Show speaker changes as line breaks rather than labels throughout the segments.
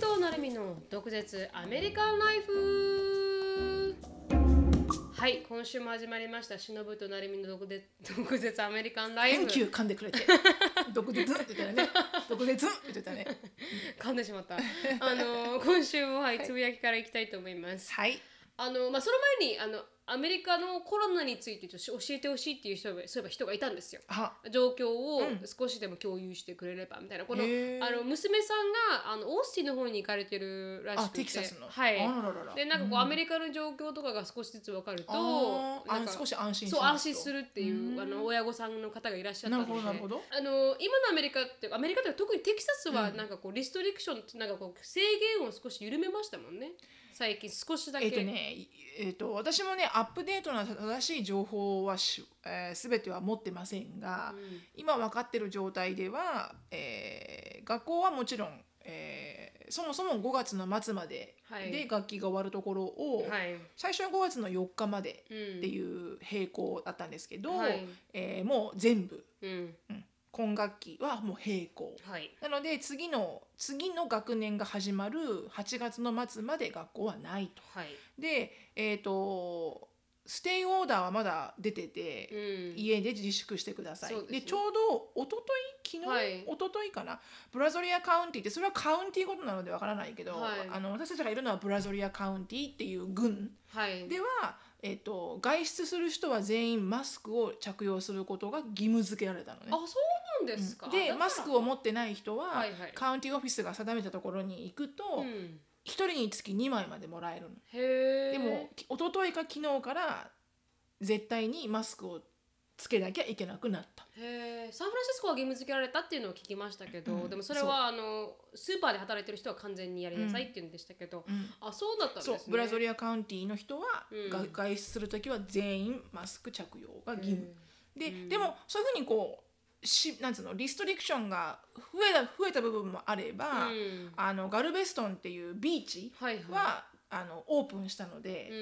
の独舌アメリカンライフはい今週も始まりました忍となるみの独舌独舌アメリカンライフ
キュー噛んで くれて毒舌って言ったらね毒舌って言ったらね
噛んでしまったあの今週もはいつぶやきからいきたいと思います
はい
あのまあその前にあのアメリカのコロナについてちょっと教えてほしいっていう人がそういえば人がいたんですよ
あ
状況を
うん
少しでも共有してくれればみたいな、この
へー
あの娘さんがあのオースティンの方に行かれてるらしく
あ
て
テキサスの
はい
あらららら
でなんかこう、アメ
リ
リカの状況とかが少しずつ分かると
あ
なん
ー
か
あ少し安心
そう安心す
る
るっていううんあの親御さんの方がいらっしゃった
な
の
る
で
ほどなるほど
あの今のアメリカってアメリカでは特にテキサスは
うん
なんかこうリストリクションなんかこう制限を少し緩めましたもんね最近少しだけ、
えっ、とねいえっ、と私もねアップデートな正しい情報はし、えー、全ては持ってませんが、
うん
今分かってる状態では、えー学校はもちろん、えーそもそも5月の末まで
はい
で学期が終わるところを、
はい、
最初は5月の4日まで
うん、
っていう並行だったんですけど、
はい
えーもう全部
うん
今学期はもう並行
はい
なので次の次の学年が始まる8月の末まで学校はないと。
はい
でえっ、とステイオーダーはまだ出てて、
うん
家で自粛してください。
そう
で
ですね
ちょうど一昨日昨日、
はい
一昨日かなブラゾリアカウンティってそれはカウンティごとなのでわからないけど、
はい
あの私たちがいるのはブラゾリアカウンティっていう郡
はい
では、えっと外出する人は全員マスクを着用することが義務付けられたのね。
あそうなんですか、
うんでマスクを持ってない人は、
はいはい
カウンティオフィスが定めたところに行くと、
うん
1人につき2枚までもらえるの。
へえ
でもき一昨日か昨日から絶対にマスクをつけなきゃいけなくなった。
へえサンフランシスコは義務付けられたっていうのを聞きましたけど、
うん
でもそれはあのスーパーで働いてる人は完全にやりなさいっていうんでしたけど、
うん
あそうだったんです
そう
ね
ブラゾリアカウンティの人は、
うん
が外出する時は全員マスク着用が義務、で、
うん
でもそういうふうにこうしなんつうのリストリクションが増えた増えた部分もあれ
う
ば、
ん
あのガルベストンっていうビーチ
はいはい
は、あのオープンしたの
う
で、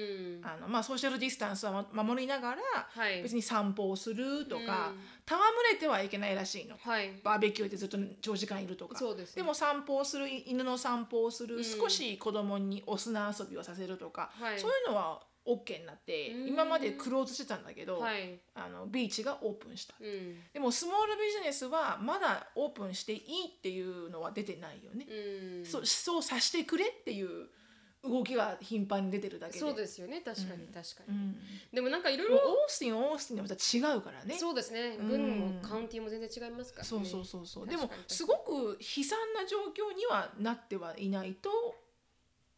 ん
あのまあ、ソーシャルディスタンスはま守りながら
はい
別に散歩をするとか、
うん
戯れてはいけないらしいの
はい
バーベキューでずっと長時間いるとか。
そうです、
でも、散歩をする犬の散歩をする、
うん
少し子供にお砂遊びをさせるとか、
はい、
そういうのは OK になって
うん
今までクローズしてたんだけど、
はい
あのビーチがオープンした
うん
でもスモールビジネスはまだオープンしていいっていうのは出てないよね、
うん、
そうそうさせてくれっていう動きが頻繁に出てるだけで
そうですよね確かに
うん
確か
う
に、
ん、
でもなんかいろい
でも
ろ
オースティンはオースティンでまた違うからね
そうですね
うん
軍もカウンティも全然違いますからね
そうそうそうそう
ね
でも
確かに確かに
すごく悲惨な状況にはなってはいないと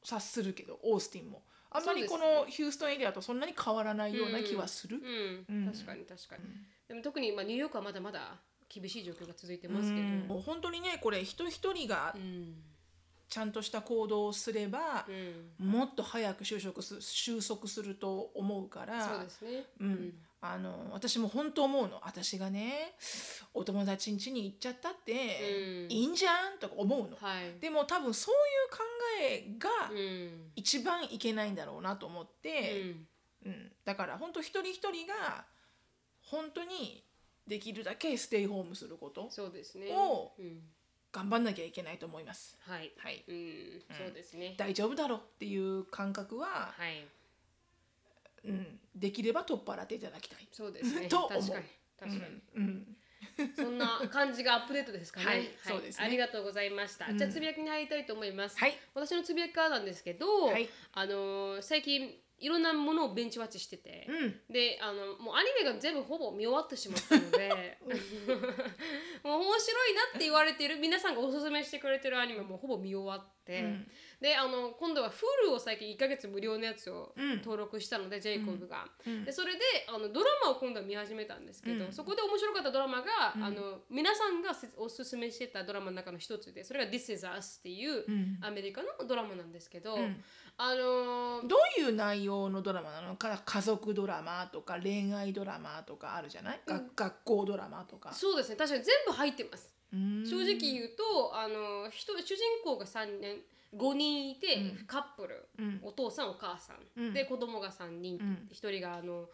察するけどオースティンもあんまり
そ
こ
うですね
のヒューストンエリアとそんなに変わらないような気はする。
う
うんん
確かに確かに、
うん
でも特に、まあ、ニューヨークはまだまだ厳しい状況が続いてますけど、
もう本当にねこれ人一人が
うん
ちゃんとした行動をすれば
う、ん
もっと早く就職す収束すると思うから
そうですね。
うんあの私も本当思うの私がねお友達ん家に行っちゃったって、
うん
いいんじゃんとか思うの。
はい。
でも多分そういう考えが、
うん。
一番いけないんだろうなと思って、うんだから本当一人一人が本当にできるだけステイホームすること
うん、そうですね。
を
うん、
頑張んなきゃいけないと思います。
はい。
はい、
うん、そうですね。
大丈夫だろうっていう感覚は、
はい。
うん、できれば取っ払っていただきたい。
そうですね。
と
確
思
か
う
に。確かに。
うんうん
そんな感じがアップデートですかね。
はいそうですね
ありがとうございました。
うん
じゃあつぶやきに入りたいと思います。
はい、
私のつぶやきからなんですけど、
はい
あのー最近いろんなものをベンチワッチしてて、
うん、
であのもうアニメが全部ほぼ見終わってしまったのでもう面白いなって言われている皆さんがおすすめしてくれてるアニメもほぼ見終わって、
うん
であの今度は Hulu を最近1ヶ月無料のやつを
うん
登録したので、ジェイコブが。
うん
でそれであのドラマを今度は見始めたんですけど、
うん
そこで面白かったドラマが、
うん
あの皆さんがせおすすめしてたドラマの中の一つでそれが「This is Us」っていう
うん
アメリカのドラマなんですけど、
うん
あのー
どういう内容のドラマなのか家族ドラマとか恋愛ドラマとかあるじゃない、が学校ドラマとか。
そうですね確かに全部入ってます。
うん
正直言うとあの人主人公が3年5人いて、
うん
カップル
うん
お父さんお母さん、
うん
で子供が3人、
うん
1人があの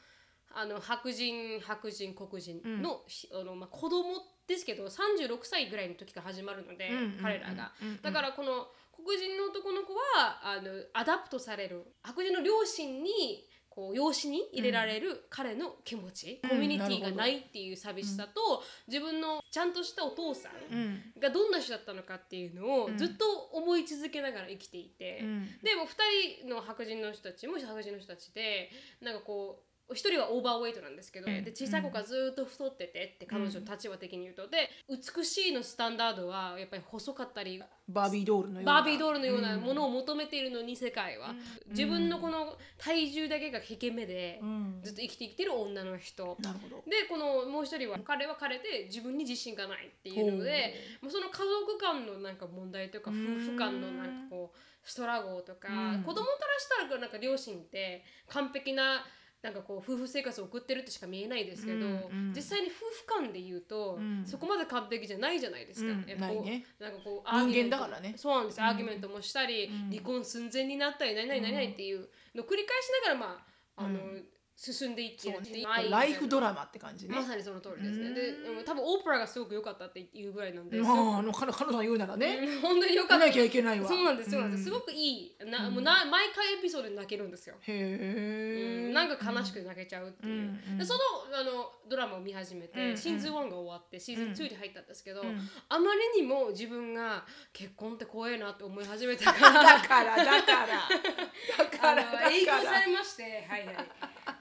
あの白人白人黒人の,ひ、あのまあ、子供ですけど36歳ぐらいの時から始まるので、
うんうんうん
彼らが、
うんうん
だからこの黒人の男の子はあのアダプトされる白人の両親にこう養子に入れられる彼の気持ち、
うん
コミュニテ
なる
ィ
ほど
がないっていう寂しさと、自分のちゃんとしたお父さ
うんん
がどんな人だったのかっていうのを
うん
ずっと思い続けながら生きていて、
うん
でも2人の白人の人たちも白人の人たちでなんかこう一人はオーバーウェイトなんですけど、
うん
で小さい子がずっと太っててって彼女の立場的に言うと、で美しいのスタンダードはやっぱり細かったり
バービードールのような
バービードールのようなものを求めているのに世界は、
うん
自分のこの体重だけが引け目で
うん
ずっと生きてきてる女の人、
なるほど
でこのもう一人は彼は彼で自分に自信がないっていうのでもうその家族間のなんか問題とか
う
夫
ーん
婦間のなんかこうストラゴーとか
うん
子供からしたらなんか両親って完璧ななんかこう夫婦生活を送ってるってしか見えないですけど、
うんうん
実際に夫婦間で言うと、
うん
そこまで完璧じゃないじゃないですか。
うん
やっぱ
な
こ
いうね
なんかこう
間
アーギュメント
だからね
そうなんです、
うん
アーギュメントもしたり、
うん
離婚寸前になったり何々何々っていうのを繰り返しながらまああの、
うん
進んでいってる
そう
ってい
ね
う
ライフドラマって感じね
まさにその通りですね。
うん
で、うん多分オプラがすごく良かったっていうぐらいなんです。
まああの 彼彼女が言うならね
うん本当に良か
見
った
な。きゃいけないわ
そうなんです、そうなんです。す
ん
ごくいい。な、もうな毎回エピソードで泣けるんですよ。
へ
う
え
んなんか悲しくて泣けちゃうっていう。
うんうん
でそのあのドラマを見始めて、
うん
シーズン1が終わってシーズン
うん
2に入ったんですけど、
うん
あまりにも自分が結婚って怖えなって思い始めたから
だ からだからだから
あの影響
だか
さ
ら
れまして、はいはい。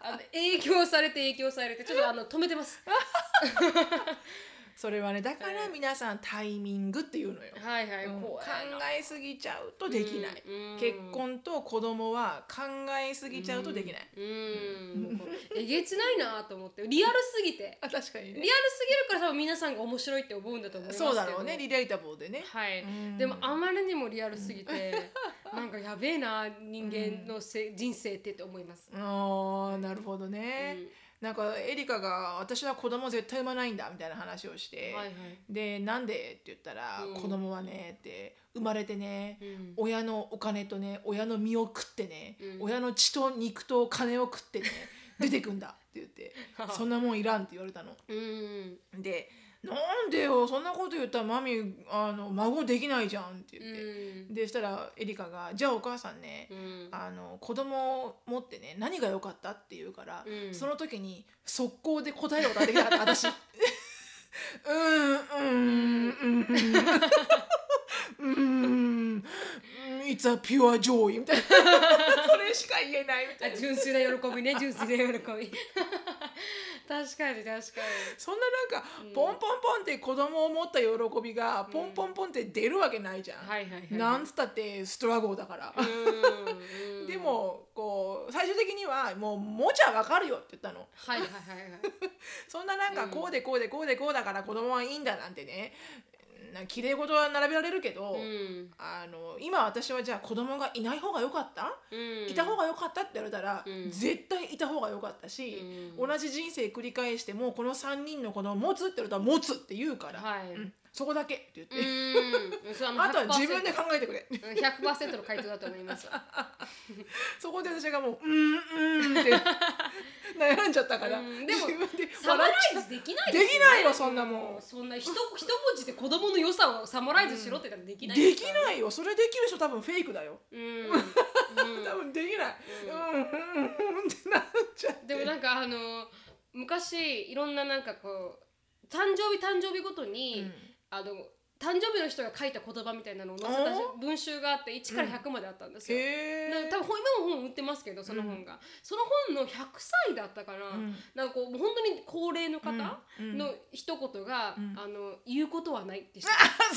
あの影響されて影響されてちょっとあの止めてます。
それはねだから皆さんタイミングっていうのよ
はいはい。
うん考
怖いな
えすぎちゃうとできない、
うん
結婚と子供は考えすぎちゃうとできない、
うーん、もうこうえげつないなと思ってリアルすぎて
あ確かに
リア
ね
ルすぎるから多分皆さんが面白いって思うんだと思いますけど
そうだろうねリレータボーでね
はい、
うん
でもあまりにもリアルすぎてなんかやべえな人間のせ、人生ってって思います、
あーなるほどね、なんかエリカが「私は子供絶対産まないんだ」みたいな話をして、
はいはい
で「なんで?」って言ったら「
うん
子供はね」って生まれてね、
うん
親のお金とね親の身を食ってね、
うん
親の血と肉と金を食っ てね出てくんだって言って「そんなもんいらん」って言われたの。
うん
で「なんでよそんなこと言ったらマミあの孫できないじゃん」って
う
言って、
ん
でそしたらエリカが「じゃあお母さんね、
うん
あの子供を持ってね何が良かった?」って言うから、
うん
その時に速攻で答えることができなかった私。うーんうーんうーんうーん It's a pure joy みたいなそれしか言えないみたい
あ
な
純粋な喜びね純粋な喜び確かに確かに
そんななんかポンポンポンって子供を持った喜びがポンポンポンって出るわけないじゃん、
はいはいはい
なんつったってストラゴーだから、
うんうん
でもこう最終的にはもうもちゃわかるよって言ったの
はいはいはいはい
そんななんか
うん
こうでこうでこうでこうだから子供はいいんだなんてねな綺麗事は並べられるけど、
うん
あの今私はじゃあ子供がいない方が良かった、
うん
いた方が良かったって言われたら、
うん
絶対いた方が良かったし、
うん
同じ人生繰り返してもこの3人の子供を持つって言われたら持つって言うから、
はい
うんそこだけって言って、
うんそうの
あとは自分で考えてく れ
100%, 100の回答だと思いますだ
そこで私がもう「うーんうーん」って 悩んじゃったから、
うんでも
自分で
サムラ
笑っ
イ
ちゃう
ズできない
できないよそんなもん
そんな一一文字で子供の良さをサムライズしろって言ったらできない
でき
い
ないよそれできる人多分フェイクだよ
うん、
多分できない、
う
うんん、うんうんうんってなっちゃって
うん、でもなんかあの昔いろんななんかこう誕生日誕生日ごとに、あの誕生日の人が書いた言葉みたいなのを載せた
お
文集があって1から100まであったんですよ、
へ
なん
え
か多分本今も本売ってますけどその本が、その本の100歳だったかな、
うん
なんかこうもう本当に高齢の方
うんうん
の一言が、
うん
あの言うことはないって人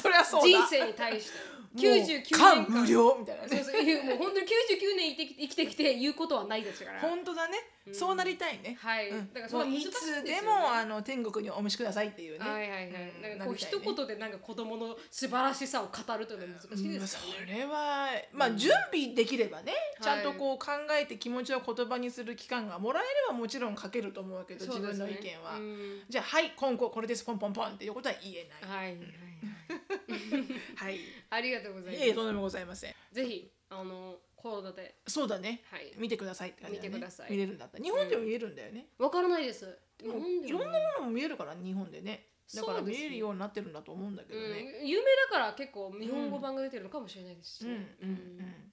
そりゃ そうだ
人生に対 して99年間
間無量みたいな
そう
ね
そう言うもう本当に99年生きてき生きてきて言うことはないですから
本当だね、
うん
そうなりたいね、
はい、
うん
だからそ
も
れ
う
は難し
い
いんですよ
つ
ね
でもあの天国にお召しくださいっていうね、
はいはいはい、
うん
なんかこう
なりたい
一
ね
言でなんか子供の素晴らしさを語るというのは難しい
うん
です
そ
よね、
れはまあ準備できればね、
い
ちゃんとこう考えて気持ちを言葉にする期間がもらえればもちろん書けると思うけど、
そう
自
で
分
すね
の意見は、
うん
じゃあはい今後これですポンポンポンっていうことは言えない
はいはいはい
はいい
ありがとうございます、
えいえとんでもございません
ぜひあのコロナで
そうだね
はい
見てくださいって感じだね
見てください
見れるんだった日本でも見えるんだよね、
わからないです
でも
日本で
いろ
も
んなものも見えるから日本でねだから
そうで
見
すね
れるようになってるんだと思うんだけどね。
うん、有名だから結構日本語版が出てるのかもしれないですし、
うんうんうん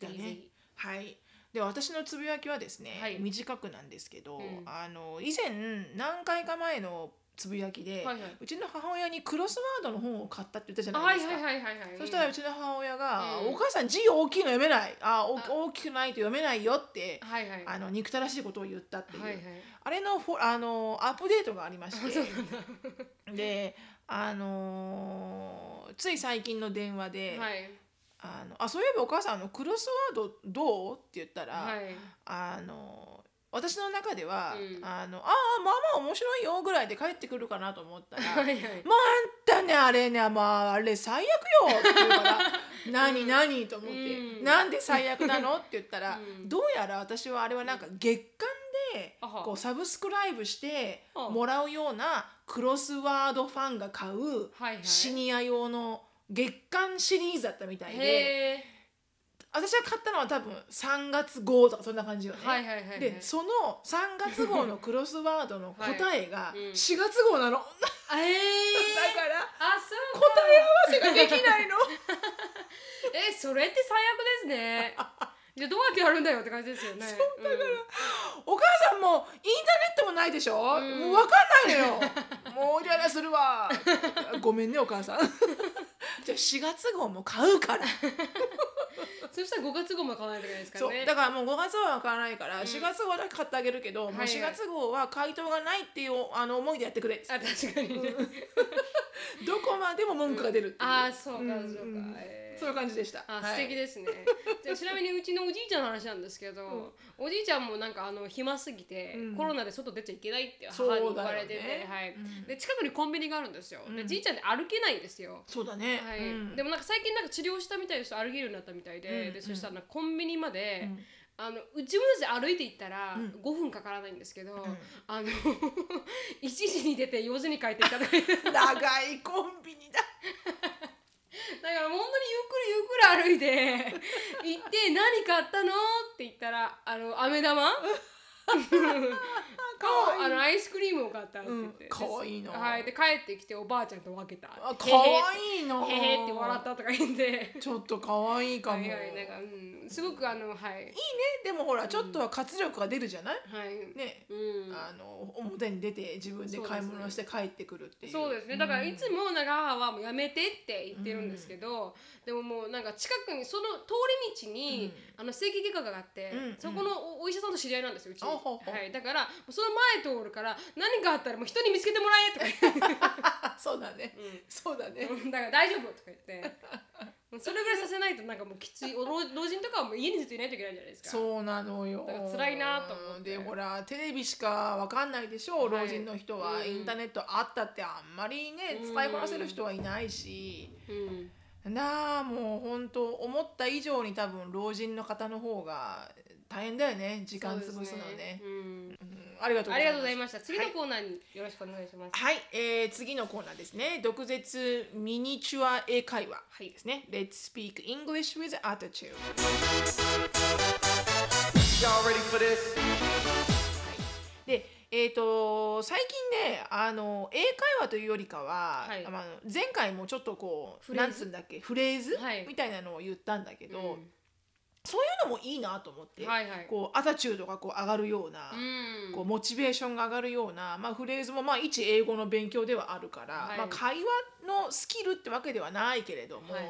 だね。はい。で私のつぶやきはですね、
はい
短くなんですけど、
うん
あの以前何回か前のつぶやきで、
はいはいう
ちの母親にクロスワードの本を買ったって言ったじゃ
あ
な
はいい
です
は
か。
いはいはいはい
そしたらうちの母親が「
うん
お母さん字大きいの読めないあお
あ
大きくないと読めないよ」って
はいはい
あの憎たらしいことを言ったっていう、
はいはい
あれのフォあのアップデートがありま
あ
し
そう
て
なんだ
であのーつい最近の電話で「
はい
あのあそういえばお母さんあのクロスワードどう?」って言ったら、
はい
あの私の中では「
うん
あのああまあまあ面白いよ」ぐらいで帰ってくるかなと思ったら「
はいはい
もうあんたねあれねまああれ最悪よ」って言う から「何何?」と思って
う
「
ん
なんで最悪なの?」って言ったら、
うん
どうやら私はあれはなんか月間で
あは
こうサブスクライブして
あ
もらうようなクロスワードファンが買う
はいはい
シニア用の月間シリーズだったみたいで
へえ
私が買ったのは多分3月号とかそんな感じよね。
はいはいはいはい
でその3月号のクロスワードの答えが
はいうん
4月号なの、だ
あえー
から
あそう
答え合わせができない の
えそれって最悪です ねじゃあどうやってやるんだよって感じですよねそうだから
お母さんもインターネットもないでしょ、
ん
もう分かんないのよもうじゃらするわごめんねお母さん じゃあ4月号も買うから
そしたら5月号も買わないといけないですから
そう
ね
だからもう5月は買わないから、
うん
4月号だけ買ってあげるけど、
はい
もう
はい
4月号は回答がないっていうあの思いでやってくれっつって
あ確かにね
どこまでも文句が出るっていう、
あーそうかそうか
んん
えー
そういう感じでした
あ、素敵
で
ですね。じゃ あちなみにうちのおじいちゃんの話なんですけど、おじいちゃんもなんかあの暇すぎて、
うん
コロナで外出ちゃいけないって
そうだ
母に
よね
言われてて、はい。
うん
で近くにコンビニがあるんですよ。
う
で
ん
じいちゃんで歩けないんですよ。
そうだね、
はい
うん
でもなんか最近なんか治療したみたいです歩けるようになったみたいで,、
うん
でそしたらなんかコンビニまで、
うん
あのうちもです歩いて行ったら
うん
5分かからないんですけど、
ん
あの 1時に出て4時に帰っていただいてだか
長いコンビニだ
ら本当にゆっくりゆっくり歩いて行って「何買ったの?」って言ったら「あの飴玉?」
かわいい
あのアイスクリームを買ったって言って、
うん可愛いな
はいで帰ってきておばあちゃんと分けた
あ
へ
可
へ
愛いな
へへって笑ったとか言って
ちょっと可愛いかも、
はいはいい
い
なんかうんすごくあのはい
でもほらちょっとは活力が出るじゃない、
はい
ね、
うん
あの表に出て自分で買い物をして帰ってくるっていう
そうですねだからいつもなんか母はもうやめてって言ってる
うん
んですけど、でももうなんか近くにその通り道に、あの整形外科があって、
うん
そこのおお医者さんと知り合いなんですようち、
あほうほう
はい、だからその前通るから何かあったらもう人に見つけてもらえとか言って
あ そうだね、
うん
そうだ ね、
うんだから大丈夫とか言ってもうそれぐらいさせないとなんかもうきついお老老人とかはもう家にずっといないといけないじゃないですか
そうなのよ
だから辛いなと思って
でほらテレビしかわかんないでしょう、
はい
老人の人は、
うん
インターネットあったってあんまりね
うん
使いこなせる人はいないし、
うん
なあもう本当思った以上に多分老人の方の方が大変だよね時間潰すのね
そうですうん
うんありがとうご
あ
ざ
り
い
がとう
ます
ございました次のコーナーによろしくお願いします
はい、えー次のコーナーですね毒舌ミニチュア英会話
はい
ですね Let's speak English with attitude
Y'all ready for this?
でえー、と最近ねあの英会話というよりかは、
はい
あの前回もちょっとこう
フレー
何
ズ
つうんだっけフレーズ、
はい
みたいなのを言ったんだけど、
うん
そういうのもいいなと思って、
はいはい
こうアタチュードがこう上がるような、
うん
こうモチベーションが上がるような、まあ、フレーズもまあ一英語の勉強ではあるから、
はい
まあ、会話のスキルってわけではないけれども、
はい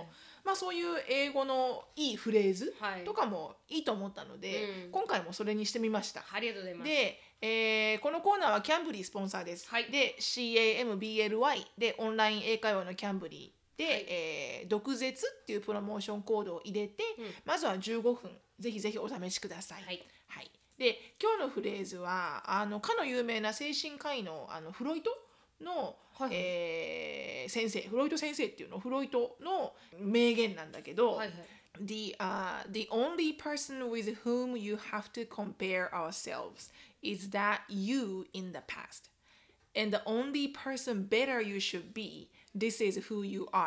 まあ、そういう英語のいいフレーズ
はい
とかもいいと思ったので、
うん
今回もそれにしてみました。
ありがとうございます
で、えーこのコーナーはキャンブリースポンサーです。
はい
で CAMBLY でオンライン英会話のキャンブリーで、
はい
えー毒舌っていうプロモーションコードを入れて、
うん
まずは15分ぜひぜひお試しください。
はい
はい、で今日のフレーズはあのかの有名な精神科医のあのフロイトの、
はいはい
えー先生フロイト先生っていうのフロイトの名言なんだけど、
はいはい
The, uh, the only person with whom you have to compare ourselves is that you in the past. And the only person better you should be, this is who you are now.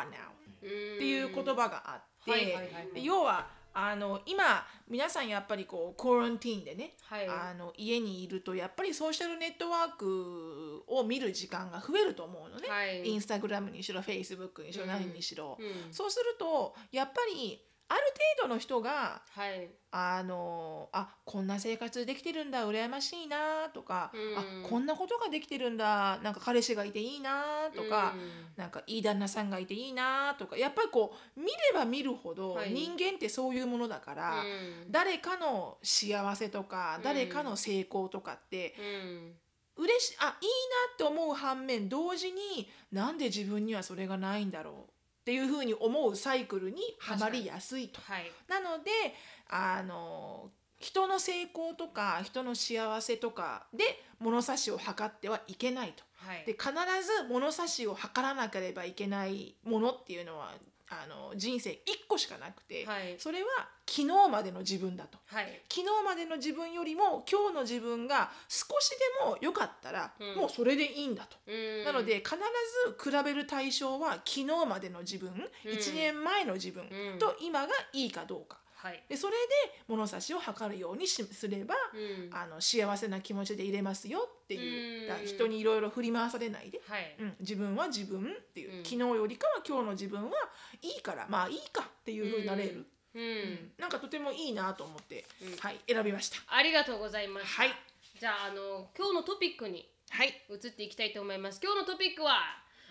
うん
っていう言葉があって、
はいはいはいはい
で要はあの今皆さんやっぱりこうコロンティーンでね、
はい
あの家にいるとやっぱりソーシャルネットワークを見る時間が増えると思うのね、
はい
インスタグラムにしろフェイスブックにしろ
うん
何にしろ、
うん
そうするとやっぱりある程度の人が
はい
あのあこんな生活できてるんだ羨ましいなとか、
うん
あこんなことができてるんだなんか彼氏がいていいなとか、なんかいい旦那さんがいていいなとかやっぱりこう見れば見るほど
はい
人間ってそういうものだから、
うん
誰かの幸せとか誰かの成功とかって
うん
嬉しあいいなって思う反面同時になんで自分にはそれがないんだろうっていうふうに思うサイクルにはまりやすいと。
はい
なのであの人の成功とか人の幸せとかで物差しを測ってはいけないと。
はい
で必ず物差しを測らなければいけないものっていうのはあの人生1個しかなくて、
はい
それは昨日までの自分だと
はい
昨日までの自分よりも今日の自分が少しでも良かったら、
うん
もうそれでいいんだと。
うん
なので必ず比べる対象は昨日までの自分、
うん
1年前の自分
うん
と今がいいかどうか
はい
でそれで物差しを測るようにしすれば
うん
あの幸せな気持ちでいれますよっていううんだから人にいろいろ振り回されないで、
はい
うん、自分は自分っていう、
うん
昨日よりかは今日の自分はいいからまあいいかっていうふうになれる、
う
うん
ん
なんかとてもいいなと思って、
うん
はい選びました
ありがとうございました
はい
じゃああの今日のトピックに
はい
移っていきたいと思います今日のトピックは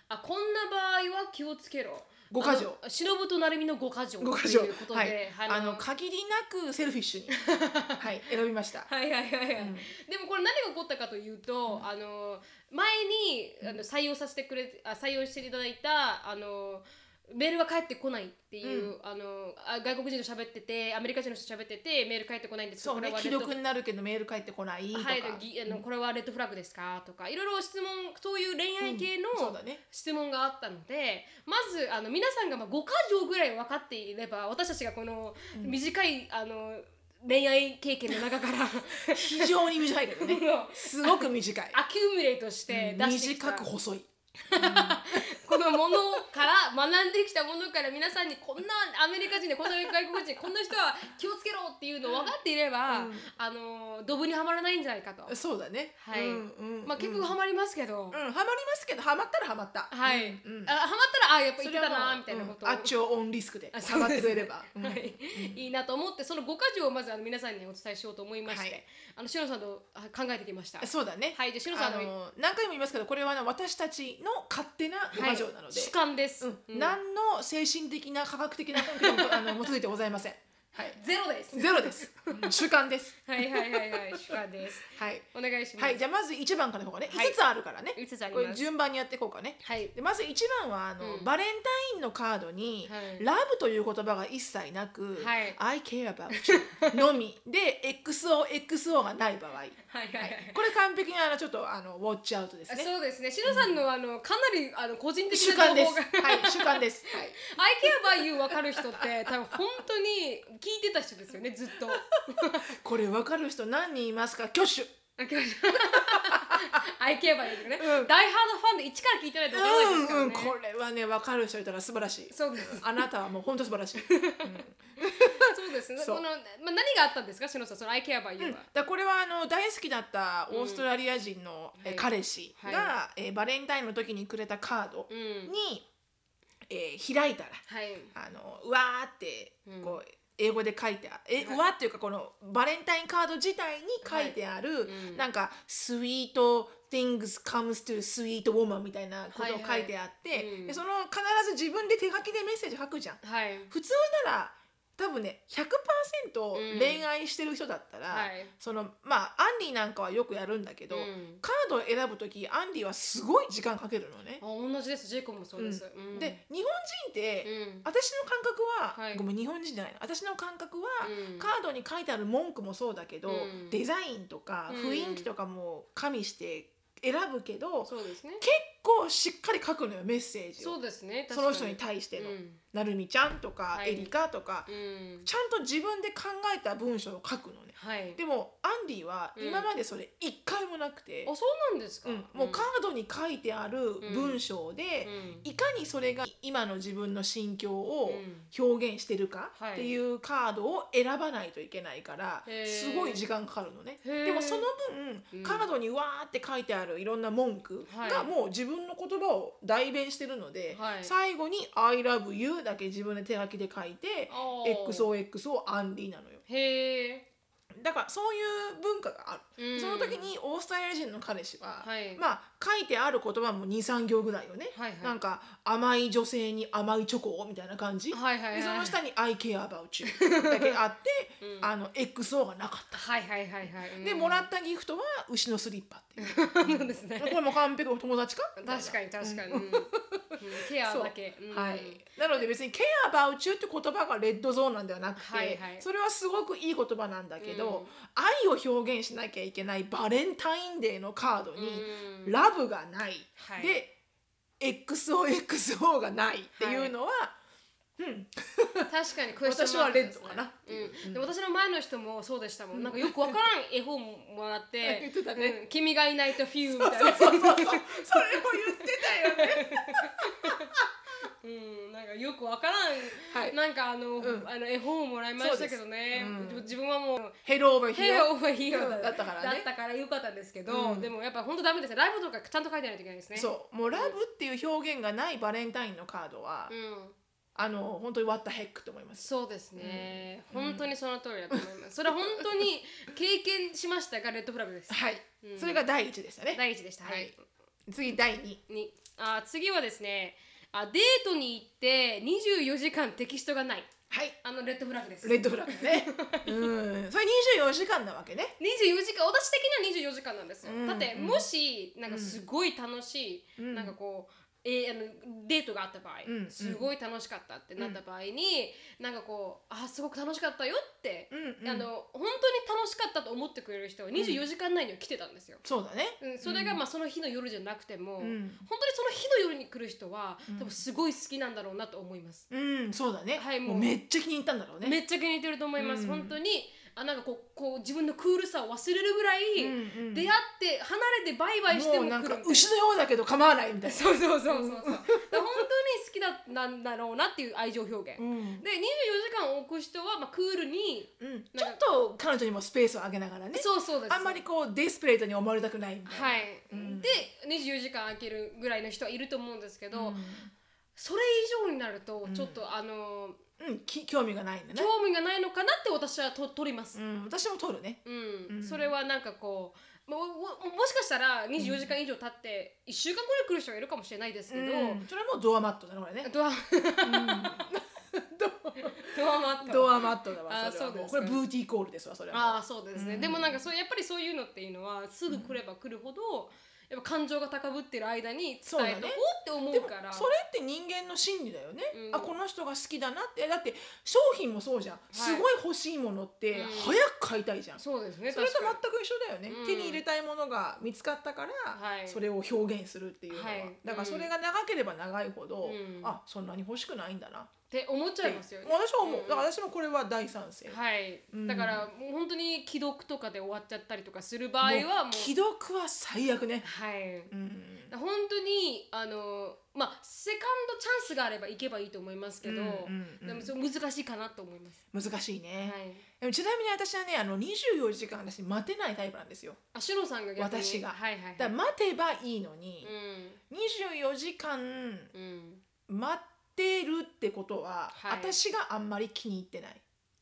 あこんな場合は気をつけろ
五箇条
あの忍と成美の五箇条
ご箇条
ということで、
はい
あ
あ
の
の限りなくセルフィ ッシュにはい選びました
はいはいはいはい、
うん
でもこれ何が起こったかというと、あの前にあの採用させてくれあ採用していただいたあのメールが返ってこないっていう、あのあ外国人と喋っててアメリカ人の人と喋っててメール返ってこないんですけど
そうね
こ
既
れはレッド
読になるけどメール返ってこないとか、
はいぎあのこれはレッドフラッグですかとかいろいろ質問そういう恋愛系の、
そうだね
質問があったのでまずあの皆さんがまあ5箇条ぐらい分かっていれば私たちがこの短い、あの恋愛経験の中から
非常に短いけ どねすごく短い
アキュミュレートして出してきた、
短く細い
このものから学んできたものから皆さんにこんなアメリカ人でこんな外国人こんな人は気をつけろっていうのを分かっていれば、
うん
あのドブにはまらないんじゃないかと、
そうだね
はい
うんうん
まあ、結
う
局
ん
はまりますけど、
うん、はまりますけど、はまったらはまった。
はい、
うんうん
あはまったらあやっぱ行
そ
っ
れ
て
は
た
もう
なみたいなことを
うんあっちをオンリスクで、
あ
下がってくれれば。
そうですねはい、いいなと思ってその5箇条をまずあの皆さんにお伝えしようと思いまして、
はい
あのしのさんとあ考えてきました
うんそうだね。
はいじゃあしのさ
あ
んの
の、何回も言いますけど、これはね私たちの勝手な
は
五
い
箇条なので。
主観です、
う
うんん
何の精神的な科学的な根拠にもあの基づいてござ いません。はい。
ゼロです
ゼロです。主観です。
はいはいはいはい主観です
はい。
お願いします
はい、じゃあまず一番からの方がね、
はい
五つあるからね。
五つあり
これ
ます
順番にやっていこうかね。
はい
でまず一番はあの、
うん
バレンタインのカードに、
はい
ラブという言葉が一切なく、
はい
I care about you のみで XOXO がない場合、
はいはいはい
これ完璧にあのちょっとあのウォッチアウトです
あ
ね。
そうですね。しのさんのあのかなりあの個人
主
的な情
観です。
報
は
が
い、主観です。はい。
「I care about you」分かる人って 多分本当に聞いてた人ですよねずっと。
これわかる人何人いますか？挙手。
あ来ました I care about you とかね、
うん
ダイハードファンで一から聞いてないと分からないですから
う
ね。
んうん、これはねわかる人いたら素晴らしい。
そうです。
あなたはもう本当素晴 らしい。
そうですね。
そ
こ
う
の、まあ、何があったんですか、しのさん、その I care about
う
you
ん
は。
だこれはあの大好きだったオーストラリア人の、
うん
え彼氏が、
は
えーバレンタインの時にくれたカード
うん。
に、えー開いたら
はい。
あのうわーって
うん
こう、英語で書いてあえ、
はいう
わーっていうかこのバレンタインカード自体に書いてある、
うん
なんか「sweet things comes to sweet woman」みたいなことを書いてあって、
はいはいうん
でその必ず自分で手書きでメッセージ書くじゃん。
はい。
普通なら多分ね
うん
100%恋愛してる人だったら、
はい
そのまあアンディなんかはよくやるんだけど、
うん
カードを選ぶ時アンディはすごい時間かけるのね。
あ、同じです。ジェイコブもそうです。うん。
で日本人って、
うん。
私の感覚は、
はい
ごめん日本人じゃないの私の感覚は、
うん
カードに書いてある文句もそうだけど、
うん
デザインとか
うん
雰囲気とかも加味して選ぶけど結
そうですね
構しっかり書くのよメッセージを
そうですね
その人に
確か
対しての、
うん
なるみちゃんとか、
はい
エリカとか、
うん
ちゃんと自分で考えた文章を書くのね
はい
でもアンディは
うん
今までそれ一回もなくて、
あそうなんですか、
うんもうカードに書いてある文章で、
うん
いかにそれが今の自分の心境を
うん
表現してるか
はい
っていうカードを選ばないといけないから、
へー
すごい時間かかるのね。
へー
でもその
うん
分カードにわーって書いてあるいろんな文句
はい
がもう自分の言葉を代弁してるので、
はい
最後に「I love you」だけ自分で手書きで書いて
あー
XOXO アンディなのよ。
へえ
だからそういう文化がある、
うん
その時にオーストラリア人の彼氏は、
はい
まあ書いてある言葉も23行ぐらいよね、
はいはい
なんか甘い女性に甘いチョコをみたいな感じ、
はいはいはい
でその下に「I care about you」だけあって、あの XO がなかった、
はいはいはいはい、うん
でもらったギフトは牛のスリッ パっていう
そうですね
これも完璧お友達かみたいな
確かに確かに、うんうんケア
そう
だけ、うん
はい、なので別に「care about you」って言葉がレッドゾーンなんではなくて、
はいはい
それはすごくいい言葉なんだけど、
うん
愛を表現しなきゃいけないバレンタインデーのカードに「
うん
ラブ」がない、
はい
で「XOXO」がないっていうのは、
確かにクエスチョン
私はレッドかな。
うん、で私の前の人もそうでしたもん、なんかよくわからん絵本もらって
言ってたね
うん君がいないとフィューみ
そう
たいな
そうそうそうそ れも言ってたよね。
うん、なんかよくわからん、
はい
なんかあの、
ん
あの絵本をもらいましたけどね、
そうですうん
自分はもう
Hello
「
over
ヘア
here
オブヒーロー」
だったから
だ
ね
ったからよかったんですけど、
うん
でもやっぱ本当ダメですねライブとかちゃんと書いてないといけないですね
そうもう「ラブ」っていう表現がないバレンタインのカードは、
うん、
あの本当に「What the heck」と思います。
そうですね、本当にその通りだと思いますそれは本当に経験しましたがレッドフラグです
はい、
うん
それが第一でしたね。
第一でした
はい次第二。
にあ次はですねあデートに行って24時間テキストがない
はい。
あのレッドフラグです
レッドフラッ グね。うん。それ二十四時間なわけね。
24時間私的には24時間なんですよ、
うん
だってもしなんかすごい楽しい、
うん
なんかこうえーあのデートがあった場合、
うん
すごい楽しかったってなった場合に、なんかこうあすごく楽しかったよって、
うん、
あの本当に楽しかったと思ってくれる人は24時間内には来てたんですよ、
そうだね。
うん、それがまあその日の夜じゃなくても、
ん
本当にその日の夜に来る人は多分すごい好きなんだろうなと思います、
うん、そうだね。
はいも
も
う
うめっちゃ気に入ったんだろうね。
めっちゃ気に入ってると思います、
うん
本当にあなんかこうこう自分のクールさを忘れるぐらい、
うんうん
出会って離れてバイバイして
も
も来
うな
る
ん
みた
か
いな
牛のようだけど構わないみたいな。
そうそうそうそうそうだから本当に好きだなんだろうなっていう愛情表現、
ん。
で24時間置く人は、まあ、クールに
うん、ちょ
なん
っと彼女にもスペースをあげながらね。
そうそうです
あんまりこうデスプレートに思われたくないみたいな。
はい
い。、
で24時間空けるぐらいの人はいると思うんですけど、
うん
それ以上になるとちょっと、あの
うん、き興味がないんだね。
興味がないのかなって私はと取ります
う、ん、私も取るね。
うん
うん
それはなんかこうもももしかしたら24時間以上経って1週間ぐらい来る人がいるかもしれないですけど、
うんそれはもうドアマットだね、これね。
ドア ドアマット
ドアマットだわ
あ、
それ
そう
はも
で
う。
す
こ
か
れブーティーコールですわ、それはもう。
ああそうですね、でもなんかそうやっぱりそういうのっていうのはすぐ来れば来るほど、やっぱ感情が高ぶってる間に
そうだ
伝え
ね
とこうって
で
思
も
うから
それって人間の心理だよね、
うん
あこの人が好きだなってだって商品もそうじゃん、すごい欲しいものって
うん
早く買いたいじゃん、そ
そうですね
れと
確
全
か
く一緒だよね、
うん
手に入れたいものが見つかったから、
はい
それを表現するっていうのは、
はい
だからそれが長ければ長いほど、
うん
あそんなに欲しくないんだなっ
にって思っちゃ
て
いますよね
私は思う、
うん
だから私もこれは大賛成、
はい、
うん
だからもう本当に既読とかで終わっちゃったりとかする場合はもう
既読は最悪ね、
はい
うん
本当にあのまあセカンドチャンスがあれば行けばいいと思いますけど、
うんうんうん
でもそれ難しいかなと思います。
難しいね、
はい。
でもちなみに私はねあの24時間私待てないタイプなんですよ
あ、シュノさんが逆に
私が
はいはい、はい。
だから待てばいいのに、
う
24時間
んうん。
待ってるってことは、
はい
私があんまり気に入ってない、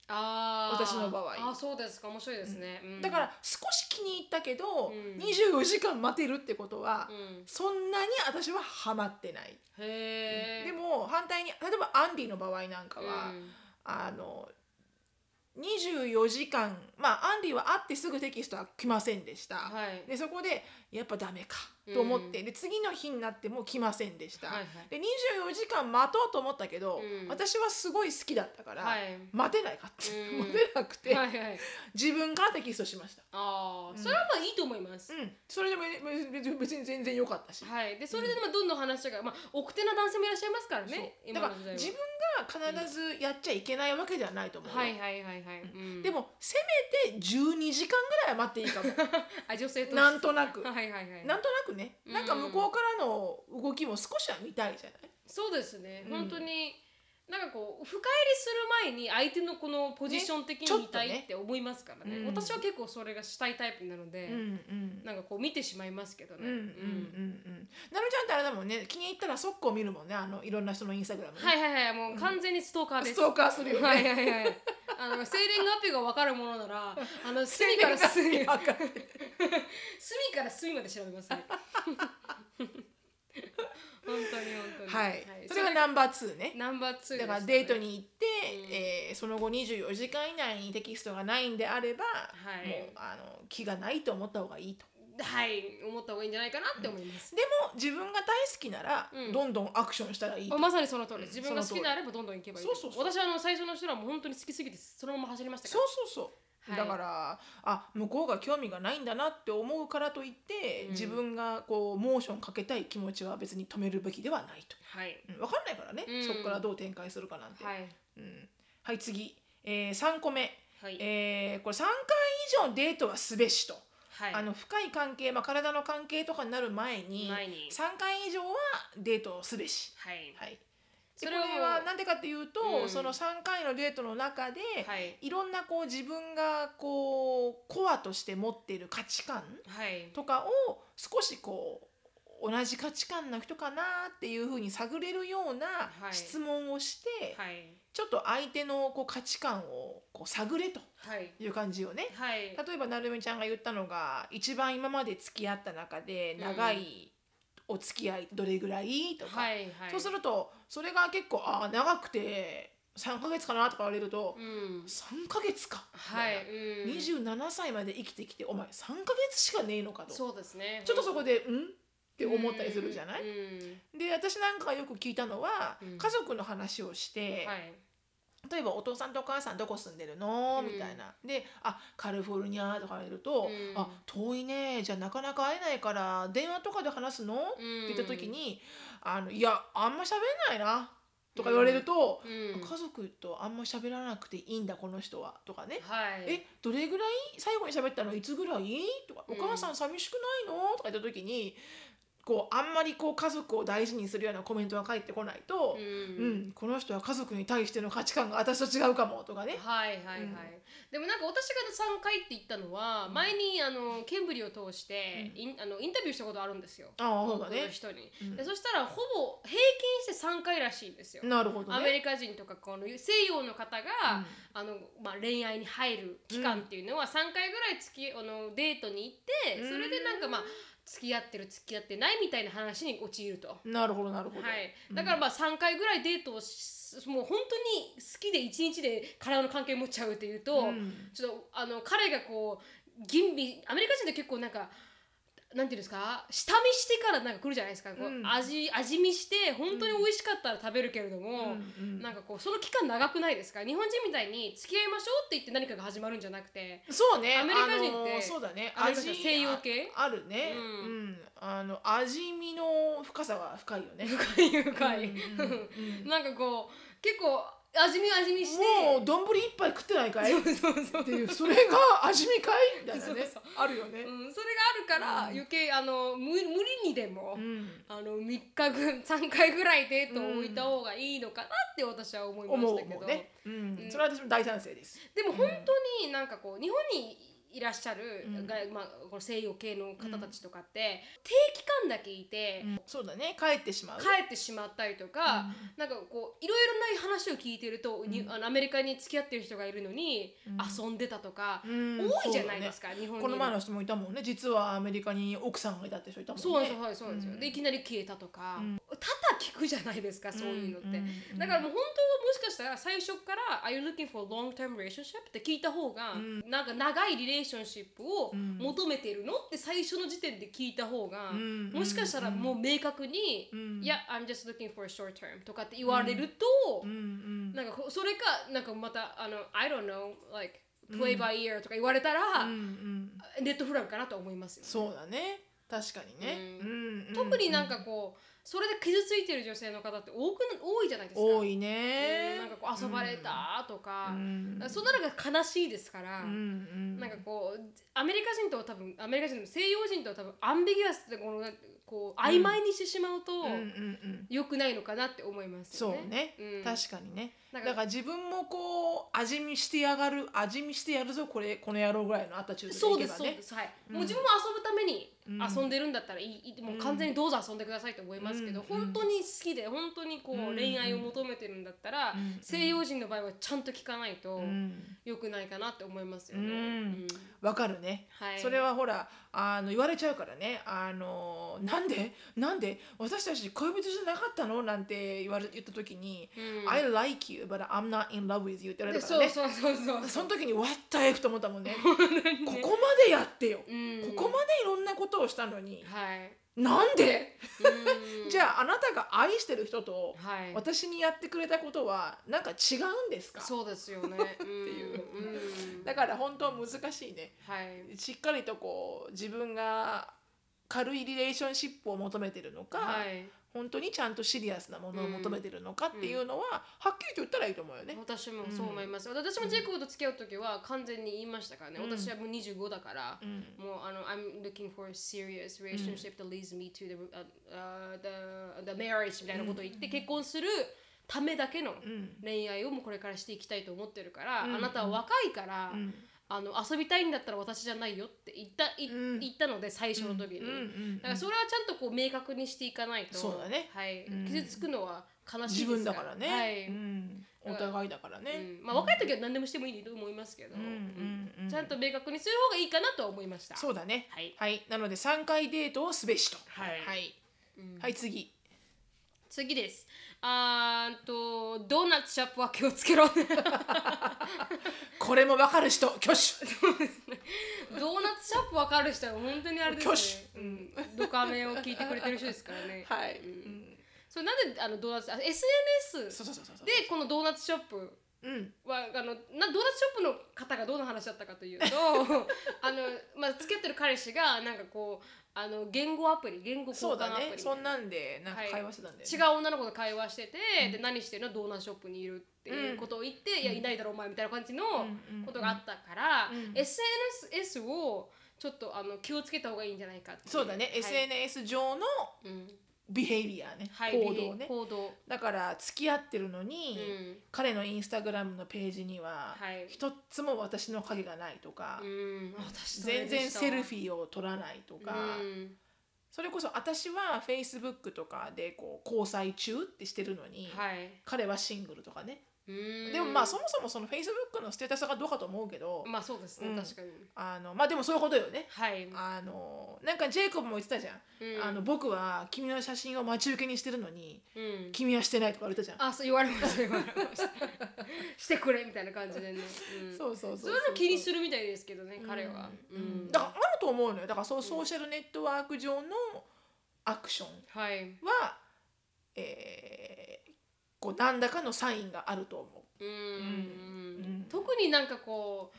ああ。
私の場合
あ、そうですか。面白いですね。うん
だから、少し気に入ったけ
う
ど、
ん
24時間待てるってことは、
うん。
そんなに私はハマってない、
へえ。
でも反対に例えばアンディの場合なんか
うん、
は、あの24時間まあアンディは会ってすぐテキストは来ませんでした、
はい。
でそこでやっぱダメかと思って、で次の日になっても来ませんでした、
はいはい
で24時間待とうと思ったけど、
うん
私はすごい好きだったから、
はい
待てないかって、
うん
待てなくて、
はいはい
自分からテキストしました
ああそれはまあいいと思います、
うんそれでも別に別に全然良かったし、
はいでそれでまあどんどん話が、まあ奥手な男性もいらっしゃいますから
そう
ね
だ
今
か
の
ら
時代は
自分が必ずやっちゃいけないわけではないと思うよ、
はいはいはいはい、うん
でもせめて12時間ぐらいは待っていいかも
あ女性と
なんとなく
はいはいはい
なんとなくねなんか向こうからの動きも少しは見たいじゃない
そうですね、
うん
本当になんかこう深入りする前に相手のこのポジション的
ねちょ
に
っと
見たい
ね
って思いますからね
うん
私は結構それがしたいタイプなので、
うんうん
なんかこう見てしまいますけどね、
うんうんうんうんなるちゃんってあれだもんね気に入ったら速攻見るもんねあのいろんな人のインスタグラムね、
はいはいはいもう完全にストーカーです、
ストーカーするよね、
はいはいはいあの生年月日が分かるものな らあの隅から隅隅
わか る
から隅まで調べますね本当に本当に
はい、それがナンバー2ね
ナンバー2です、ね、
だからデートに行って、
うん
えーその後24時間以内にテキストがないんであれば、
い
もうあの気がないと思った方がいいと
はい思った方がいいんじゃないかなって思います、
でも自分が大好きなら、
うん
どんどんアクションしたらいいと
あまさにその通り
うん
自分が好きであればどんどん行けばいいと
そうそうそう
私はあの最初の人らも本当に好きすぎてそのまま走りましたか
そう
ら
そうそう、
はい
だからあ向こうが興味がないんだなって思うからといって、
うん
自分がこうモーションかけたい気持ちは別に止めるべきではないと、
はい
うん、分かんないからね、
うん
そこからどう展開するかなんて
はい
うんはい、次、えー、3個目、
はい、
えーこれ3回以上デートはすべしと、
はい
あの深い関係、まあ、体の関係とかになる前に
前に
3回以上はデートをすべし、
はい
はい、で
そ
こ
れ
れ
は
はなんでかっていうと、
うん
その3回のデートの中で、
はい
いろんなこう自分がこうコアとして持っている価値観
はい
とかを少しこう同じ価値観の人かなっていうふうに探れるような
はい
質問をして、
はい
ちょっと相手のこう価値観をこう探れと
はい
いう感じをね
はい
例えばなるみちゃんが言ったのが一番今まで付き合った中で長いお付き合いどれぐらいとか、
はいはい
そうするとそれが結構ああ長くて3ヶ月かなとか言われると、
うん
3ヶ月か、
はい、
み
うん、
たいな27歳まで生きてきてお前3ヶ月しかねえのかとちょ
そうですね
っとそこで「うん?」って思ったりするじゃない、
うん
で私なんかがよく聞いたのは、
うん
家族の話をして、
はい
例えば「お父さんとお母さんどこ住んでるの?」
うん
みたいな。で「あカリフォルニア」とか言ると「
うん
あ遠いねじゃあなかなか会えないから電話とかで話すの?」って
うん
言った時に「あのいやあんま喋んないな」とか言われると
う
「
ん
家族とあんま喋らなくていいんだこの人は」とかね。
はい
えどれぐらい最後に喋ったのいつぐらいとか「
う
お
ん
母さん寂しくないの?」とか言った時にこうあんまりこう家族を大事にするようなコメントが返ってこない
う
と、
ん
うん、この人は家族に対しての価値観が私と違うかもとかね。
はいはいはい、
うん
でもなんか私が3回って言ったのは、
うん
前にあのケンブリを通して、インあのインタビューしたことあるんですよ
ああ、そうだ
この
ね。
人に、
うん
でそしたらほぼ平均して3回らしいんですよ、
なるほど
アメ
ね。
リカ人とかこの西洋の方が、あのまあ、恋愛に入る期間っていうのは3回ぐらい付きあのデートに行って
うん
それでなんかまあ付き合ってる付き合ってないみたいな話に陥ると、は
うんなるほど、なるほど。
い、だからまあ3回ぐらいデートをしもう本当に好きで1日で体の関係持っちゃうっていうと、
うん
ちょっとあの彼がこう吟味アメリカ人って結構なんかなんていうんですか下見してからなんか来るじゃないですか、こう
うん
味味見して本当に美味しかったら食べるけれども、
うん
なんかこうその期間長くないですか日本人みたいに付き合いましょうって言って何かが始まるんじゃなくて
そうね。
アメリカ人って
あのそうだね。
アメリカ
味
人西洋系
ああるね。
う
うんん。あの味見の深さが深いよね。
深い深い、
うんうん うん
なんかこう結構味見味見して
もう丼一杯食ってないかい
そ
っ
うそうそう
ていうそれが味見かいみたいなね
そうそう
あるよね
う。ん、それがあるから
うん
余計あの無無理にでも、
うん
あの3日ぐ3回 ぐらいデートを置いた方がいいのかなって私は思いま
思う
したけど、
思うね。う
うんん。
それは私も大賛成です。
でも本当になんかこう日本にいらっしゃる、
うん
がまあ、この西洋系の方たちとかって、定期間だけいて、
うんそうだね。帰ってしまう。
帰ってしまったりとか、なんかこういろいろな話を聞いてると、に
うん
あのアメリカに付き合ってる人がいるのに、遊んでたとか、
うん
多いじゃないですか、日本にいる
この前の人もいたもんね実はアメリカに奥さんがいたって人いたもんね
そうなんですよ、はい、そうなんですよ、
うん
でいきなり消えたとか、
うん
多々聞くじゃないですかそういうのって、
んんん
だからもう本当はもしかしたら最初から「Are you looking for a long-term relationship?」って聞いた方が、
うん
なんか長いリレーーションシップを求めてるのって最初の時点で聞いた方が、
ん
もしかしたらもう明確に
う
「
ん
いや、I'm just looking for a short term」とかって言われると、
うんうん
なんかこそれかなんかまたあの「I don't know」like「play by ear」とか言われたら、
うんうん
ネットフラグかなと思いますよね、
そうだね確かにね、
うん
うんうん
特になんかこうそれで傷ついてる女性の方って多くな多いじゃないですか
多い
うん
ね
なんかこう遊ばれたとか,、
うん
そんなのが悲しいですから、
うんうん
なんかこうアメリカ人と多分アメリカ人でも西洋人とは多分アンビギュアスってこのなんてこう曖昧にしてしまうと
うんうんうん
良くないのかなって思います
そう
よね。
ね、
うん
確かにね
な
だ
ん
か
から
自分もこう味見してやがる味見してやるぞこれこの野郎ぐらいのアタチュー
そ
ド
う
で
で
いけ
す
ば
そう
ね
ですはい、
うん
もう自分も遊ぶために遊んでるんだったらいい、いいもう完全にどうぞ遊んでくださいと思いますけど、
うん
本当に好きで本当にこう、
うん
恋愛を求めてるんだったら、
うん
西洋人の場合はちゃんと聞かないと
うん
良くないかなって思いますよね。
うん
うん
わかるね
はい、
それはほらあの言われちゃうからねあのなんでなんで私たち恋人じゃなかったのなんて言われ言った時に、
うん
I like you but I'm not in love with you って言わ
で
れるからね
そうそうそうそう
その時に What the F と思ったも んねここまでやってよ、
うん
ここまでいろんなことをしたのに、
はい、
なんで、
うん
じゃああなたが愛してる人と
はい、
私にやってくれたことはなんか違うんですか
そうですよね。って
いう
うん、
だから本当は難しいね
はい、
しっかりとこう自分が軽いリレーションシップを求めてるのか、
はい、
本当にちゃんとシリアスなものを求めてるのかっていうのは、はっきりと言ったらいいと思うよね。
私もそう思います。私もジェイコブと付き合う時は完全に言いましたからね。
うん
私はもう25だから。
うん
もうあの I'm looking for a serious relationship that leads me to the,、uh, the, the marriage みたいなことを言って、結婚するためだけの
うん
恋愛をもうこれからしていきたいと思ってるから、
うん
あなたは若いから、
うん
あの遊びたいんだったら私じゃないよって言った,い、
うん
言ったので最初の時に、
うんうん
だからそれはちゃんとこう明確にしていかないと
そうだね
はい
ん
傷つくのは悲し
自
いで
分
す
だ
から
からね、
はい
うん、お互いだから
う
ね、
んまあ、若い時は何でもしてもいいと思いますけど、
うんうんうん
うんちゃんと明確にする方がいいかなとは思いました。
そうだね
はい
なので3回デートをすべしと
はい
はい、はい次
次です。あーんとドーナツショップは気をつけろ。ドーナ
これもわかる人挙手
ツショップわかる人は本当にあれです
挙手
ね。うん、ドカメを聞いてくれてる人ですからね。
はい、
う
うんん、
それなんであのドーナツあ SNS
そうそうそうそうそう
でこのドーナツショップ
うん
はあのなドーナツショップの方がどんな話だったかというとあの、まあ、つけてる彼氏がなんかこうあの言語アプリ言語交
そう
換ア
だ
プリ
ねそんなんでなんか
はい
会話してたんだよ
違
ね、
う女の子と会話してて、で何してるのドーナツショップにいるっていうことを言って、いやいないだろお前みたいな感じの
んうん
ことがあったから、
うん
SNS をちょっとあの気をつけた方がいいんじゃないかってい
そうだね、
はい
SNS 上の
うん
ビヘイビアね、
はい、
行動ね
行動
だから付き合ってるのに、
うん
彼のインスタグラムのページには
はい
一つも私の影がないとか、
うん私それで
全然
した
セルフィーを撮らないとか、
うん
それこそ私は Facebook とかでこう交際中ってしてるのに、
はい
彼はシングルとかね、
うん
でもまあそもそもその Facebook のステータスがどうかと思うけど、
まあそうですね、
うん
確かに
あのまあでもそういうことよね。
はい、
あのなんかジェイコブも言ってたじゃん、
うん
あの僕は君の写真を待ち受けにしてるのに
うん、
君はしてないとか言われたじゃん。
あそう言われました言われました してくれみたいな感じでね、うん、
そうそう
そ
そうそう
れも気にするみたいですけどね、彼は、
う
うんん
だからあると思うのよだからそうソーシャルネットワーク上のアクション
はい、
は、えーこう何らかのサインがあると思
うん
うん
特になんかこう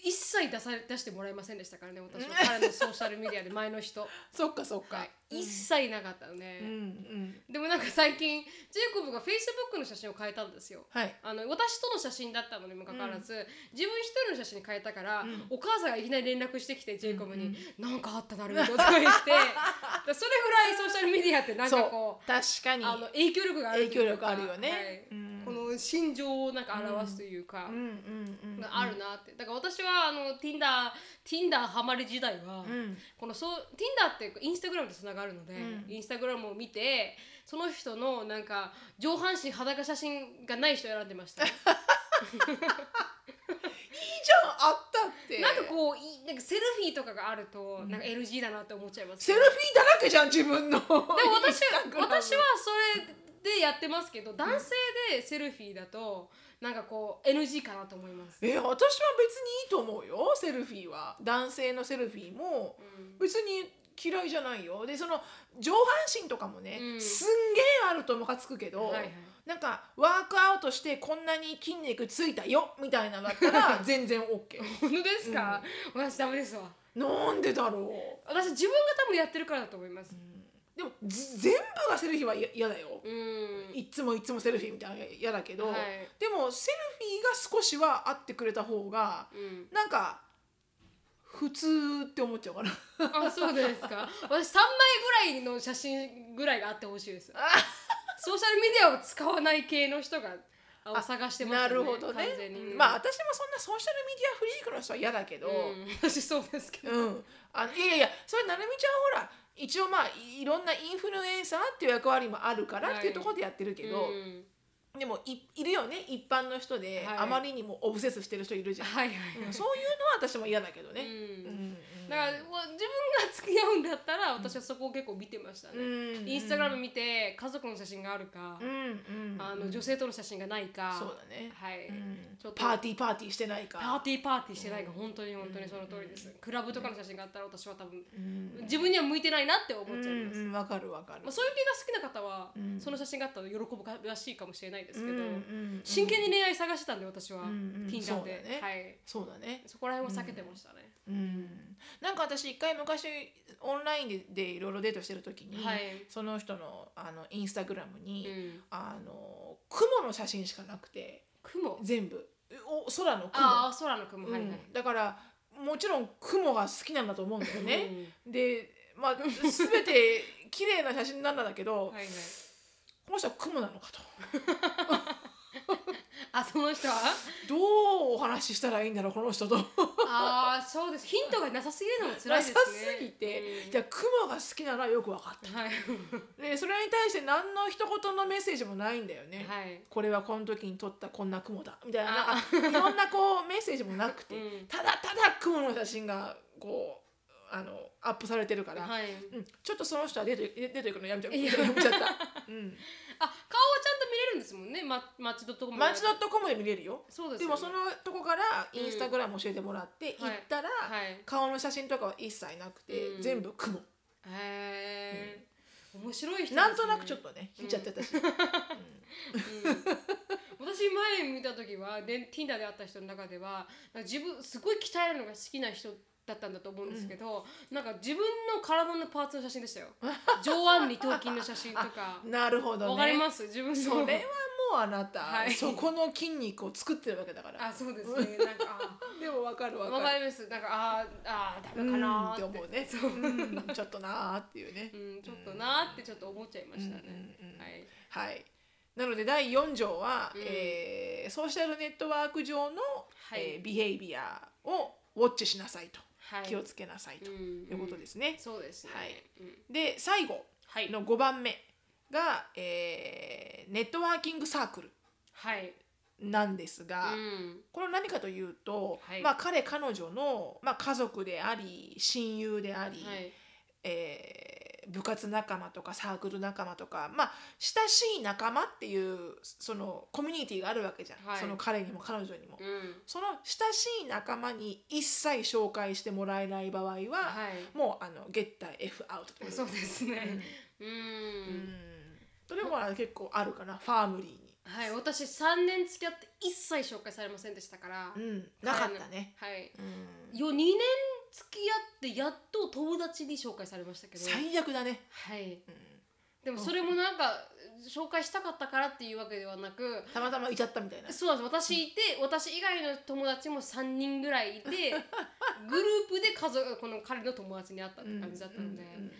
一切出され出してもらえませんでしたからね私は彼のソーシャルメディアで前の人、
うそっかそっか、
はい
うん
一切なかったのね、
うんうん
でもなんか最近ジェイコブが Facebook の写真を変えたんですよ
はい
あの私との写真だったのにもかかわらず、自分一人の写真に変えたから、
ん
お母さんがいきなり連絡してきてジェイコブ
うん
に「なんかあっただろう」と か言ってだからそれぐらいソーシャルメディアってなん
そ
か
う
こ
確か
う
に
あの影響力がある
影
という
響力
か
あるよね、
はい
うん、
この心情をなんか表すというか、
うんうんうん
があるなってだから私はあの Tinder Tinder ハマり時代は、
うん
このそう Tinder ってインスタグラムとつながるので、
ん
インスタグラムを見てその人のなんか上半身裸写真がない人を選んでましたない
いじゃんあったって
んかこうい なんかセルフィーとかがあると、なんか LG だなって思っちゃいます
セルフィーだらけじゃん自分のでも
でも私は私はそれででやってますけど男性でセルフィーだとなんかこう NG かなと思います、
え私は別にいいと思うよセルフィーは男性のセルフィーも
うん
別に嫌いじゃないよでその上半身とかもね、
うん
すんげえあるとムカつくけど、
はいはい
なんかワークアウトしてこんなに筋肉ついたよみたいなのだった ら全然 OK
本当ですか、私ダメですわ
なんでだろ
私自分が多分やってるからだと思います
う、でもず全部がセルフィーは嫌嫌だよ
うん、
いっつもいっつもセルフィーみたいなのが嫌だけど、
はい
でもセルフィーが少しはあってくれた方が
うん
なんか普通って思っちゃうかな
あそうですか私3枚ぐらいの写真ぐらいがあってほしいですソーシャルメディアを使わない系の人があを探してました
な
ね
るほど
完
ね
全に、
まあ私もそんなソーシャルメディアフリークの人は嫌だけど、
うん、私そうですけど、
うん、あのいやいやいやそれなるみちゃんはほら一応まあいいろんなインフルエンサーっていう役割もあるからっていうところでやってるけ
う
ど、
ん
でもいいるよね一般の人で、
はい
あまりにもオブセスしてる人いるじゃん、
はいはい、
うんそういうのは私も嫌だけど
う
ね、
ん
うん
だからもう自分が付き合うんだったら私はそこを結構見てましたね、インスタグラム見て家族の写真があるか
う、んうん
あの女性との写真がないか、
そうだね、
はい、
うん
ちょっと
パーティーパーティーしてないか
パーティーパーティーしてないが本当に本当にその通りです、クラブとかの写真があったら私は多分
うん
自分には向いてないなって思っちゃいます、
うんうんわかるわかる
まあ、そういう系が好きな方は、
うん
その写真があったら喜ぶらしいかもしれないですけど、
うんうん
真剣に恋愛探してたんで私は、
うんうん
Tinder で、
そうだね
はい、
そうだね
そこら辺を避けてましたね、
うんなんか私一回昔オンラインででいろいろデートしてる時に、
はい
その人のあのインスタグラムに、
うん
あの雲の写真しかなくて
雲
全部お空の雲、
ああ空の雲、
うん
はいはい、
だからもちろん雲が好きなんだと思うんだ よね。
う
でまあ全て綺麗な写真なんだけ
ん
ど、
はいはい、
この人は雲なのかと
あその人は
どうお話ししたらいいんだろうこの人と。
ああそうですヒントがなさすぎるのも辛い
な
です
さ
ね
すぎて、
うん
いや雲が好きならよく分かった。
はい
でそれに対して何の一言のメッセージもないんだよね。
はい
これはこの時に撮ったこんな雲だみたいな
あ
なんかいろんなこうメッセージもなくて、
うん
ただただ雲の写真がこうあのアップされてるから、
はい
うん、ちょっとその人は出て出ていくのやめちゃう
いや
やめち ゃった、うん、
あ顔をちゃんと見れるんですもんね、ま、マッチドットコム
マッチ .com で見れるよ
そうです
で
よ
も
ね
そのとこからインスタグラム教えてもらって
うん
行ったら、
はい
顔の写真とかは一切なくて、
うん
全部雲
へえ、面白い人です、ね、
なんとなくちょっとね
うん
引いちゃってたし、
うん私前見た時はで Tinder で会った人の中ではなんか自分すごい鍛えるのが好きな人だったんだと思うんですけど、なんか自分の体のパーツの写真で したよ上腕二頭筋の写真とか
なるほどね
わかります自分の
それはもうあなた、
はい
そこの筋肉を作ってるわけだか ら
あそうですねなんか
でもわかる
あ
わ
わ
か
か
る
りますなんかあーあーダメかなー
うんって思うね
そう、
うんちょっとなーっていうね
うん、ちょっとなーってちょっと思っちゃいましたね、
うんうんうん
はい
はいなので第4条は、
うん
えーソーシャルネットワーク上の、
い
えービヘイビアをウォッチしなさいと、
はい
気をつけなさいと
うん
いうことですね、
そうですね
はい
うん
で最後
はい
の5番目が、えーネットワーキングサークル
はい
なんですが、
うん
これは何かというと、
はい
まあ、彼彼女の、まあ、家族であり親友であり、
はい
えー部活仲間とかサークル仲間とか、まあ、親しい仲間っていうそのコミュニティがあるわけじゃん、
はい
その彼にも彼女にも。
うん
その親しい仲間に一切紹介してもらえない場合は、
はい
もうあのゲッター F アウトという
そうですね。うん。
うんそれもあの結構あるかなファームリーに、
はい、私3年付き合って一切紹介されませんでしたから。
うん、なかったね。
はい。
うん
よ2年付き合ってやっと友達に紹介されましたけど。
最悪だね、
はい。
うん
でもそれもなんか紹介したかったからっていうわけではなく。
たまたまいちゃったみたいな。
そうなんです私いて私以外の友達も3人ぐらいい てグループで家族この彼の友達に会ったって感じだったので、
うんうん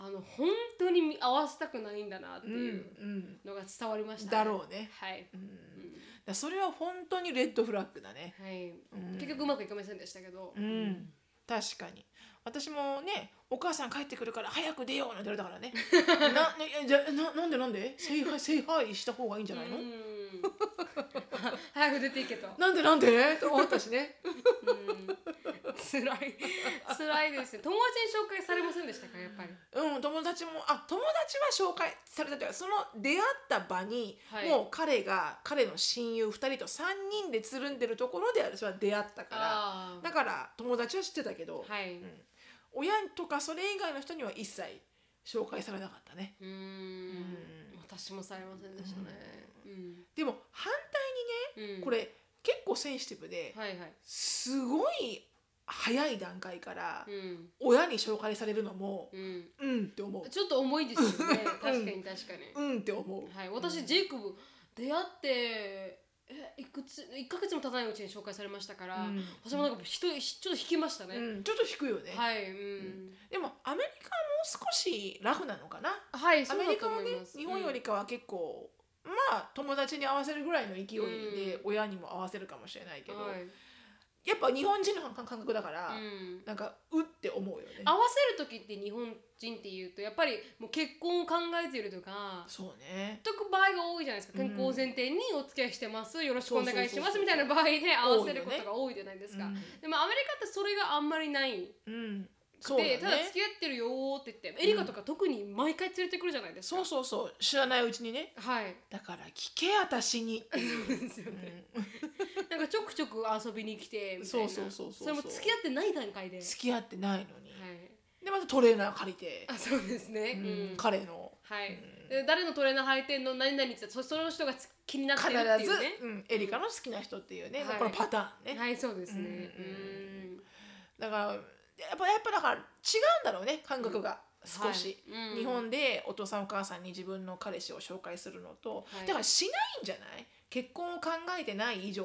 あの本当に見合わせたくないんだなって
うんうん
いう
うん
のが伝わりました、
だろうね。
はい、
うん
う
だか
ん
らそれは本当にレッドフラッグだね。
はい、
うん
結局うまくいきませんでしたけど、
うん、確かに私もねお母さん帰ってくるから早く出ようなんて言われた からねなねじゃななんでなんで聖杯聖杯した方がいいんじゃないの、
うん 早く出ていけ と。
なんでなんでと思ったしね。
辛い。辛いですね。友達に紹介されませんでしたか、やっぱり。
うん、友達もあ友達は紹介されたというかその出会った場に、
はい
もう彼が彼の親友2人と3人でつるんでるところで私は出会ったか
あ
らだから友達は知ってたけど、
あ。はい。
う
うん
親とかそれ以外の人には一切紹介されなかったね
ーん。私もされませんでしたね。うん。
でも反
うん
対こ。れ結構センシティブで
はいはい。
すごい早い段階から
うん。
親に紹介されるのも
うん。
うんって思う
ちょっと重いですよね。確かに確かに。
うんって思う
はい。私、ジェイクブ、出会って、え、いくつ、一ヶ月も経たないうちに紹介されましたから、
うん
私もなんか、ひと、ひちょっと引きましたね。
うんちょっと低いよね
はい、うん。
でもアメリカも少しラフなのかな
はい、
ア
そう
メ
だ
リ
と
カは
思
ね
います。
日本よりかは結構まあ友達に合わせるぐらいの勢いで
う
親にも合わせるかもしれないけ
うん、
ど、
はい
やっぱ日本人の感感覚だか
う
ら、
ん
なんかうって思うよね
合わせる時って日本人っていうとやっぱりもう結婚を考えてるとか
そうね
とく場合が多いじゃないですか
うん
健康を前提にお付き合いしてますよろしくお願いしま
そうそうそうそ
す
う
みたいな場合で合わせるこ
多いよね
とが多いじゃないですか、
うん
でもアメリカってそれがあんまりない
うん
く
そうだ
て、
ね
ただ付き合ってるよーって言ってエリカとか特に毎回連れてくるじゃないですか、
そうそうそう知らないうちにね
はい
だから聞け私にっていう、
そうですよね なんかちょくちょく遊びに来てみたいな
そうそうそうそうそう
れも付き合ってない段階で、はい、
付き合ってないのに、でまたトレーナー借りて、
あそうですね、
うん
うん
彼の
はい、で誰のトレーナー履いてんの何々ってそその人がつ気になって
必
るってい
ず
うね、
うん、エリカの好きな人っていうね、
はい
このパターンね、
はいそうですね
うん
うん
だからやっぱやっぱだから違うんだろうね感覚が少し、
はいうん
日本でお父さんお母さんに自分の彼氏を紹介するのと、
はい
だからしないんじゃない結婚を考えてない以上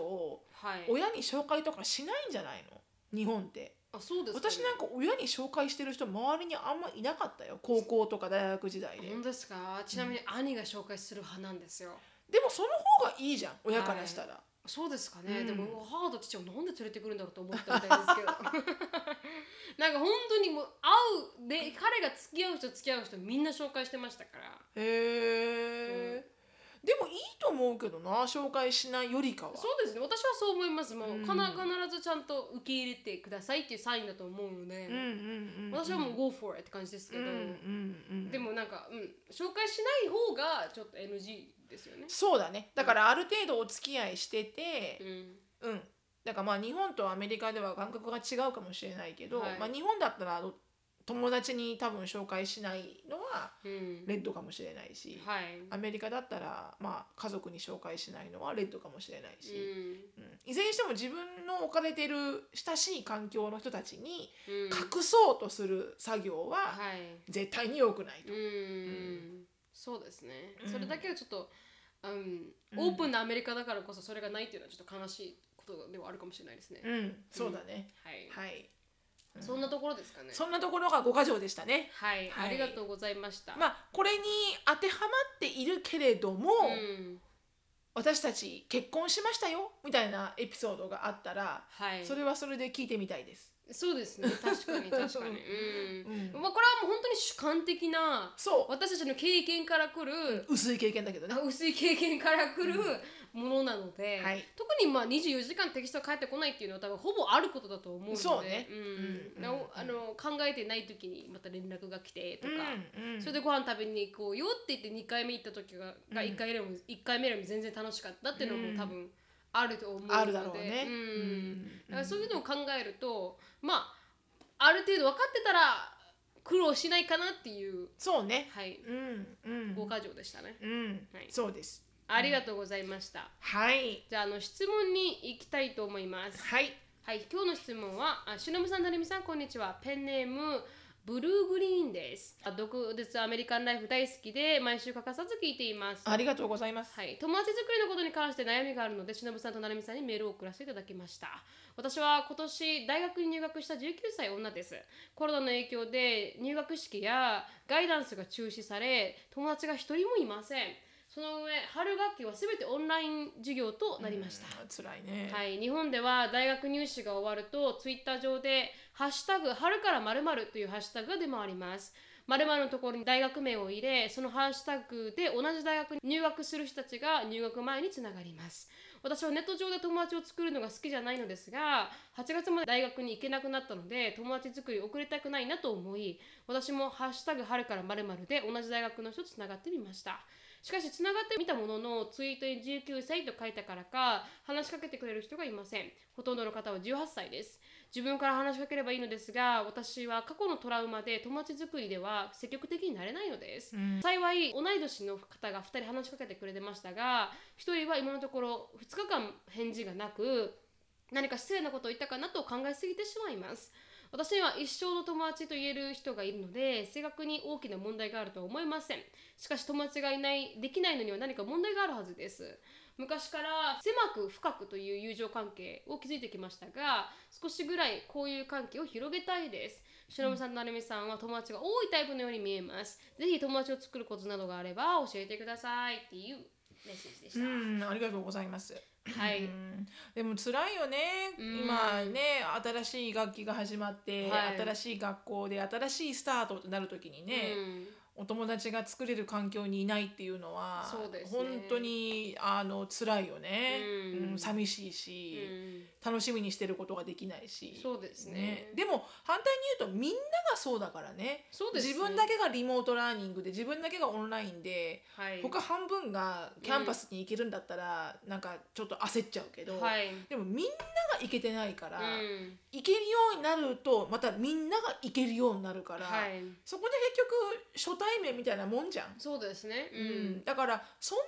はい
親に紹介とかしないんじゃないの日本って
あそうですかね
私なんか親に紹介してる人周りにあんまいなかったよ高校とか大学時代で
本当ですかちなみに兄が紹介する派なんですよ
でもその方がいいじゃん親からしたら、
そうですかね、
うん
でも母と父をなんで連れてくるんだろうと思ったみたいですけど なんか本当にもう会うで彼が付き合う人付き合う人みんな紹介してましたから
へえ、でもいいと思うけどな紹介しないよりかは
そうですね私はそう思いますもう、
うん
かな必ずちゃんと受け入れてくださいっていうサインだと思うので、
うんうんうん、
私はもう Go for it って感じですけど、
うんうんうん、
でもなんか、うん、紹介しない方がちょっと NG ですよね。
そうだねだからある程度お付き合いしてて
うん、
うん、だからまあ日本とアメリカでは感覚が違うかもしれないけど、
はい
まあ、日本だったら友達に多分紹介しないのは
うん、
レッドかもしれないし、
はい、
アメリカだったらまあ家族に紹介しないのはレッドかもしれないうし、
ん
うんいずれにしても自分の置かれてる親しい環境の人たちに
うん、
隠そうとする作業は
はい、
絶対に良くないと。
うん、
ん
そうですね、
うん
それだけはちょっと、うん、
うん
オープンなアメリカだからこそそれがないっていうのはちょっと悲しいことではあるかもしれないですね。
うん、そうだね、
はい、
はい、
そんなところですかね。
そんなところが5か条でしたね。
はい、
はい
ありがとうございました。
まあ、これに当てはまっているけれども、
うん、
私たち結婚しましたよみたいなエピソードがあったら、
はい、
それはそれで聞いてみたいです。
そうですね、確 かに確かに、
う
うんん、まあこれはもう本当に主観的な。
そ
私たちの経験からくる
う、薄い経験だけどね。
薄い経験からくるものなので、
はい
特にまあ24時間テキストが返ってこないっていうのは多分ほぼあることだと思うので
そうね
うん
うん
なお
うん
あの考えてない時にまた連絡が来てとか。
うんうん
それでご飯食べに行こうよって言って2回目行った時がが1回目よりも一回目よりも全然楽しかったっていうの
うん
も多分あると思うので
あるだろうね。
うんだからそういう
の
のを考えるとまあある程度分かってたら苦労しないかなっていう
そうね。
はい
うんうん
ご箇条でしたね。
うん
はい
そうです。
ありがとうございました。
はい
じゃあ、あの質問に行きたいと思います。
はい
はい、今日の質問は、あしのぶさん、なるみさん、こんにちは。ペンネーム、ブルーグリーンです。あ独立アメリカンライフ大好きで、毎週欠かさず聞いています。
ありがとうございます。
はい、友達作りのことに関して悩みがあるので、しのぶさんとなるみさんにメールを送らせていただきました。私は今年大学に入学した19歳女です。コロナの影響で入学式やガイダンスが中止され、友達が一人もいません。その上、春学期は全てオンライン授業となりました。
うん辛いね。
はい、日本では大学入試が終わるとツイッター上で「ハッシュタグ春からまるというハッシュタグが出回ります〇〇のところに大学名を入れそのハッシュタグで同じ大学に入学する人たちが入学前につながります私はネット上で友達を作るのが好きじゃないのですが8月まで大学に行けなくなったので友達作り遅れたくないなと思い私も「ハッシュタグ春からまるで同じ大学の人とつながってみましたしかしつながってみたもののツイートに19歳と書いたからか話しかけてくれる人がいませんほとんどの方は18歳です自分から話しかければいいのですが私は過去のトラウマで友達作りでは積極的になれないのです、幸い同い年の方が2人話しかけてくれてましたが1人は今のところ2日間返事がなく何か失礼なことを言ったかなと考えすぎてしまいます私には一生の友達と言える人がいるので正確に大きな問題があるとは思いませんしかし友達がいないできないのには何か問題があるはずです昔から狭く深くという友情関係を築いてきましたが少しぐらいこういう関係を広げたいですしのぶさんとなるみさんは友達が多いタイプのように見えますぜひ友達を作ることなどがあれば教えてくださいっていうメッセージでした、
うん、ありがとうございます。
はい、
うんでも辛いよね、
うん
今ね新しい学期が始まって、
はい
新しい学校で新しいスタートとなる時にね、
うん
お友達が作れる環境にいないっていうのは
そうですね
本当にあの辛いよね、
うん
うん寂しいうし、
ん
楽しみにしてることができないし
そうですね
でも反対に言うとみんながそうだからね
そうですね
自分だけがリモートラーニングで自分だけがオンラインで
はい
他半分がキャンパスに行けるんだったら、なんかちょっと焦っちゃうけど、
はい、
でもみんなが行けてないから、
うん
行けるようになるとまたみんなが行けるようになるから、
はい、
そこで結局初対面みたいなもんじゃん。
そうですねう
うん
ん、
だからそん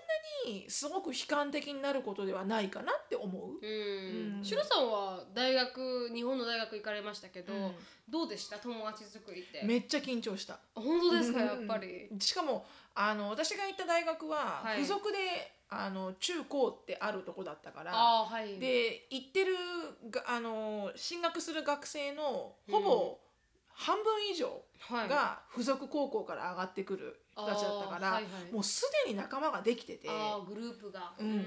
なにすごく悲観的になることではないかなって思
う、
う。うんん
シロさんは大学日本の大学行かれましたけど、
うん
どうでした友達作りって
めっちゃ緊張した。
本当ですか
うん
やっぱり、
しかもあの私が行った大学は
はい
付属で、あの中高ってあるとこだったから。
ああはい
で行ってるがあの進学する学生の
うん
ほぼ半分以上
はい、
が付属高校から上がってくる人たちだったから、
あーはいはい
もうすでに仲間ができてて
ああグループが
うん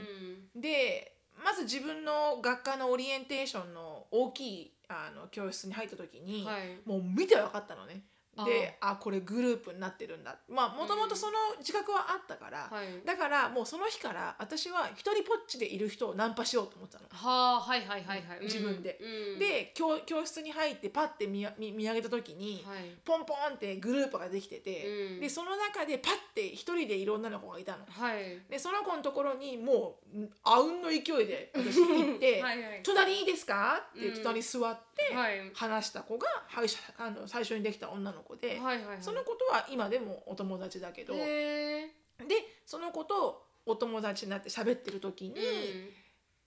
でまず自分の学科のオリエンテーションの大きいあの教室に入った時
うん
に、
はい
もう見て分かったのね。
あー
であこれグループになってるんだまあもともとその自覚はあったから、
はい
だからもうその日から私は一人ぼっちでいる人をナンパしようと思ってたの。
はあはいはいはいはい、うん
自分で
うん、
で教教室に入ってパッて見や見見上げた時に、
はい
ポンポンってグループができてて、
うん
でその中でパッて一人でいろんなの子がいたの。
はい
でその子のところにもうんあうんの勢いで私行って
はいはい
隣いいですか?」って
うん
隣座って
はい
話した子がはいしあの最初にできた女の子で、
はいはい
その子とは今でもお友達だけど、
へえ
でその子とお友達になって喋ってる時に、
う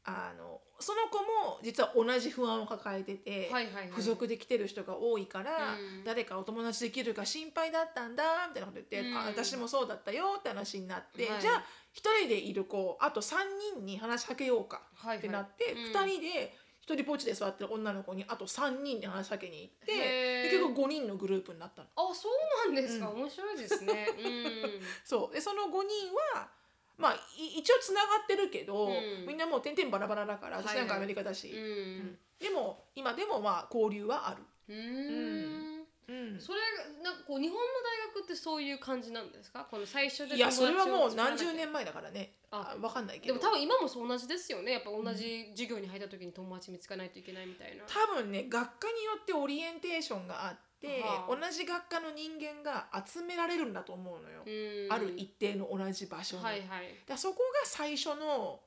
あのその子も実は同じ不安を抱えてて、
んはいはいはい
付属で来てる人が多いから、
うん
誰かお友達できるか心配だったんだみたいなこと言って、
うん
あ私もそうだったよって話になって、
はい
じゃあ1人でいる子あと3人に話しかけようか
はいはい
ってなって、
うん
2人で1人ポチで座ってる女の子にあと3人に話しかけに行って
へー
結局5人のグループになったの。
あそうなんですか、
うん
面白いです ね
そうでその5人はまあ、い一応つながってるけど、
うん
みんなもう点々バラバラだから私なんかアメリカだし、
うんう
うん
ん
でも今でもまあ交流はある。
うーん
うん
それなんかこう日本の大学ってそういう感じなんですかこの最初で
いや
友達を
それはもう
作らな
何
きゃ
十年前だからね
あ
あわかんない
で
けど
も多分今もそう同じですよねやっぱ同じ授業に入った時に友達見つかないといけないみたいな、
多分ね学科によってオリエンテーションがあって
はあ
同じ学科の人間が集められるんだと思うのよ、
うん
ある一定の同じ場所に、
はい
だか
はい
らそこが最初の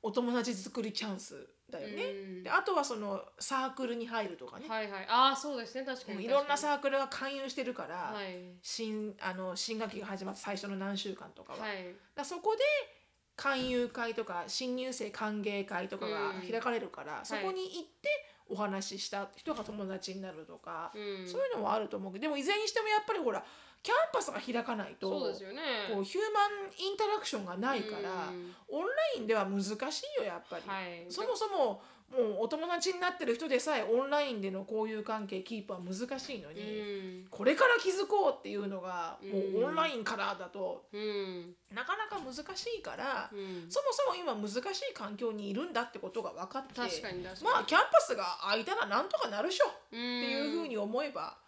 お友達作りチャンスだよね、
うん
であとはそのサークルに入るとかね、
はいはいああそうですね確か
うん
に
いろん
確
な
か
サークルが勧誘してるから、
にはい
新あの新学期が始まった最初の何週間とかは、
はい
だからそこで勧誘会とか新入生歓迎会とかが
うん
開かれるから、
い
そこに行ってお話しした人が友達になるとか、
うん
そういうのはあると思うけどでもいずれにしてもやっぱりほらキャンパスが開かないと
そうですよね
こうヒューマンインタラクションがないから、
うん
オンラインでは難しいよやっぱり。
はい
そもそももうお友達になってる人でさえオンラインでの交友関係キープは難しいの
う
に、
ん
これから気づこうっていうのがもう
うん
オンラインからだと
うん
なかなか難しいから、
うん
そもそも今難しい環境にいるんだってことが分かって
確かに確かに
まあキャンパスが空いたらなんとかなるっしょっ
って
ていうふうに思えば、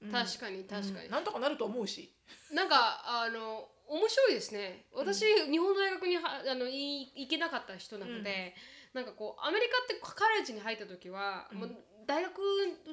うん
確かに確かに、
なんとかなると思うし
なんかあの面白いですね私、日本の大学にはあのい行けなかった人なので、なんかこうアメリカってカレッジに入った時は、もう大学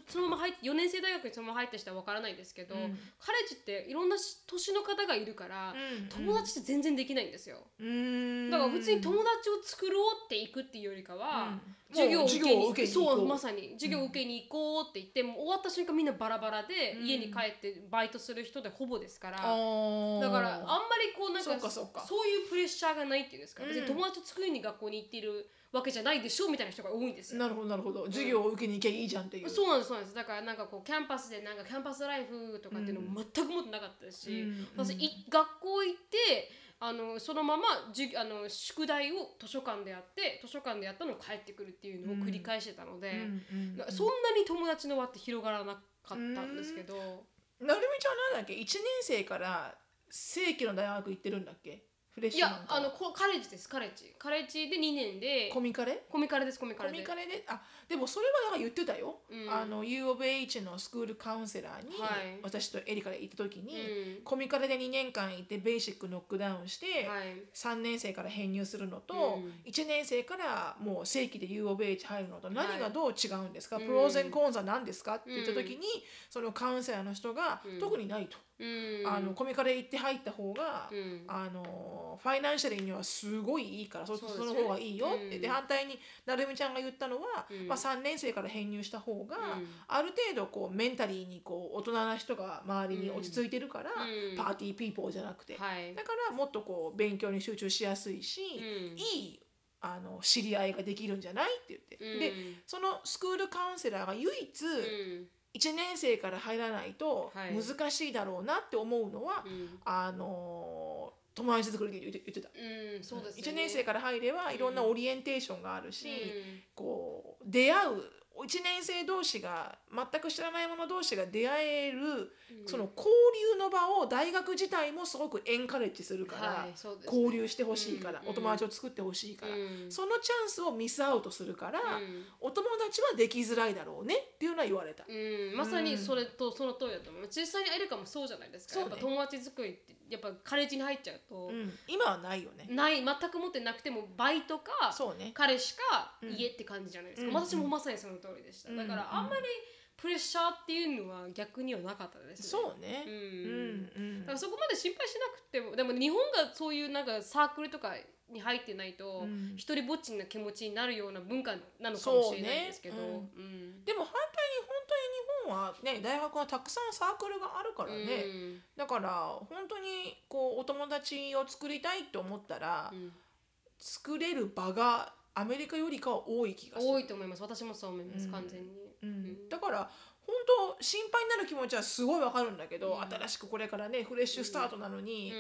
そのまま入って4年生大学にそのまま入った人は分からないんですけど、
うん
カレッジっていろんなし年の方がいるから、友達って全然できないんですよ。
うん
だから普通に友達を作ろうって行くっていうよりかは、
うん
授業を
もう
受
授
け
業
に
を
行
受
く
けに行こう
そうまさに授業を受けに行こうって言って、もう終わった瞬間みんなバラバラで、
うん
家に帰ってバイトする人でほぼですから、だ
だ
からあんまりこうなんか
そうかそうか
そういうプレッシャーがないっていうんですか、別に
うん
友達を作りに学校に行っているわけじゃないでしょうみたいな人が多いんですよ。
なるほどなるほど授業を受けに行けばいいじゃんっていう
そうなんですそうなんですだからなんかこうキャンパスでなんかキャンパスライフとかっていうのも全く持ってなかったし、
うん
私い学校行ってあのそのまま授業あの宿題を図書館でやって図書館でやったのを帰ってくるっていうのを繰り返してたので、
うん
なそんなに友達の輪って広がらなかったんですけど、
なるみちゃんなんだっけ一年生から正規の大学行ってるんだっけフレッ
い
シュマン
や
から
あのこカレッジですカレッジカレッジで2年で
コミカレ
コミカレですコミカ
コ
レで
ミカレであでもそれはなんか言ってたよ、
うん
あの U of H のスクールカウンセラーに、
はい
私とエリカで行った時に、
うん
コミカレで2年間いてベーシックノックダウンして、
はい
3年生から編入するのと、
うん
1年生からもう正規で U of H 入るのと
い
何がどう違うんですか、
うん
プローゼンコーンザ何ですかって言った時に、そのカウンセラーの人が、
うん
特にないと、
うん
あのコミカレ行って入った方が、
うん
あのファイナンシャルにはすごいいいからそ
そう
そ
ですよね
の方がいいよって、
うん
で反対になるみちゃんが言ったのは、
うん
まあ、3年生から編入した方が、
うん
ある程度こうメンタリーにこう大人な人が周りに
うん
落ち着いてるから、
うん
パーティーピーポーじゃなくて、
はい
だからもっとこう勉強に集中しやすいし、
うん
いいあの知り合いができるんじゃないって言って、
うん
でそのスクールカウンセラーが唯一、
うん
1年生から入らないと
はい
難しいだろうなって思うのは、
うん
あのー友達作りで言って言ってた。
うんそうですよね
1年生から入ればいろんなオリエンテーションがあるし、
うん
こう出会う1年生同士が全く知らない者同士が出会える、その交流の場を大学自体もすごくエンカレッジするから、
はいそうですね
交流してほしいから、
うん
お友達を作ってほしいから、
うん
そのチャンスをミスアウトするから、
うん
お友達はできづらいだろうねっていうのは言われた。
うん、まさにそれとその通りだと思う実際にエリカもそうじゃないですか、
そう
やっ
ね
ぱ友達作りってやっぱカレッジに入っちゃうと
う、ん、今はないよね。
ない全く持ってなくてもバイトか
そうね。
彼しか
うん
家って感じじゃないですか、
うん
私もまさにその通りでした、
うん
だからあんまりプレッシャーっていうのは逆にはなかったですね
そうね
う。、
うんん
だからそこまで心配しなくてもでも日本がそういうなんかサークルとかに入ってないと、
うん
一人ぼっちな気持ちになるような文化なのかもしれないですけど、
そうね
うん
でも反対に本当に日本はね大学はたくさんサークルがあるからね、
うん
だから本当にこうお友達を作りたいと思ったら、
うん
作れる場がアメリカよりかは多い気がする、
多いと思います私もそう思います、
うん
完全に
うん
ん
だから本当心配になる気持ちはすごいわかるんだけど、
うん
新しくこれからねフレッシュスタートなのに、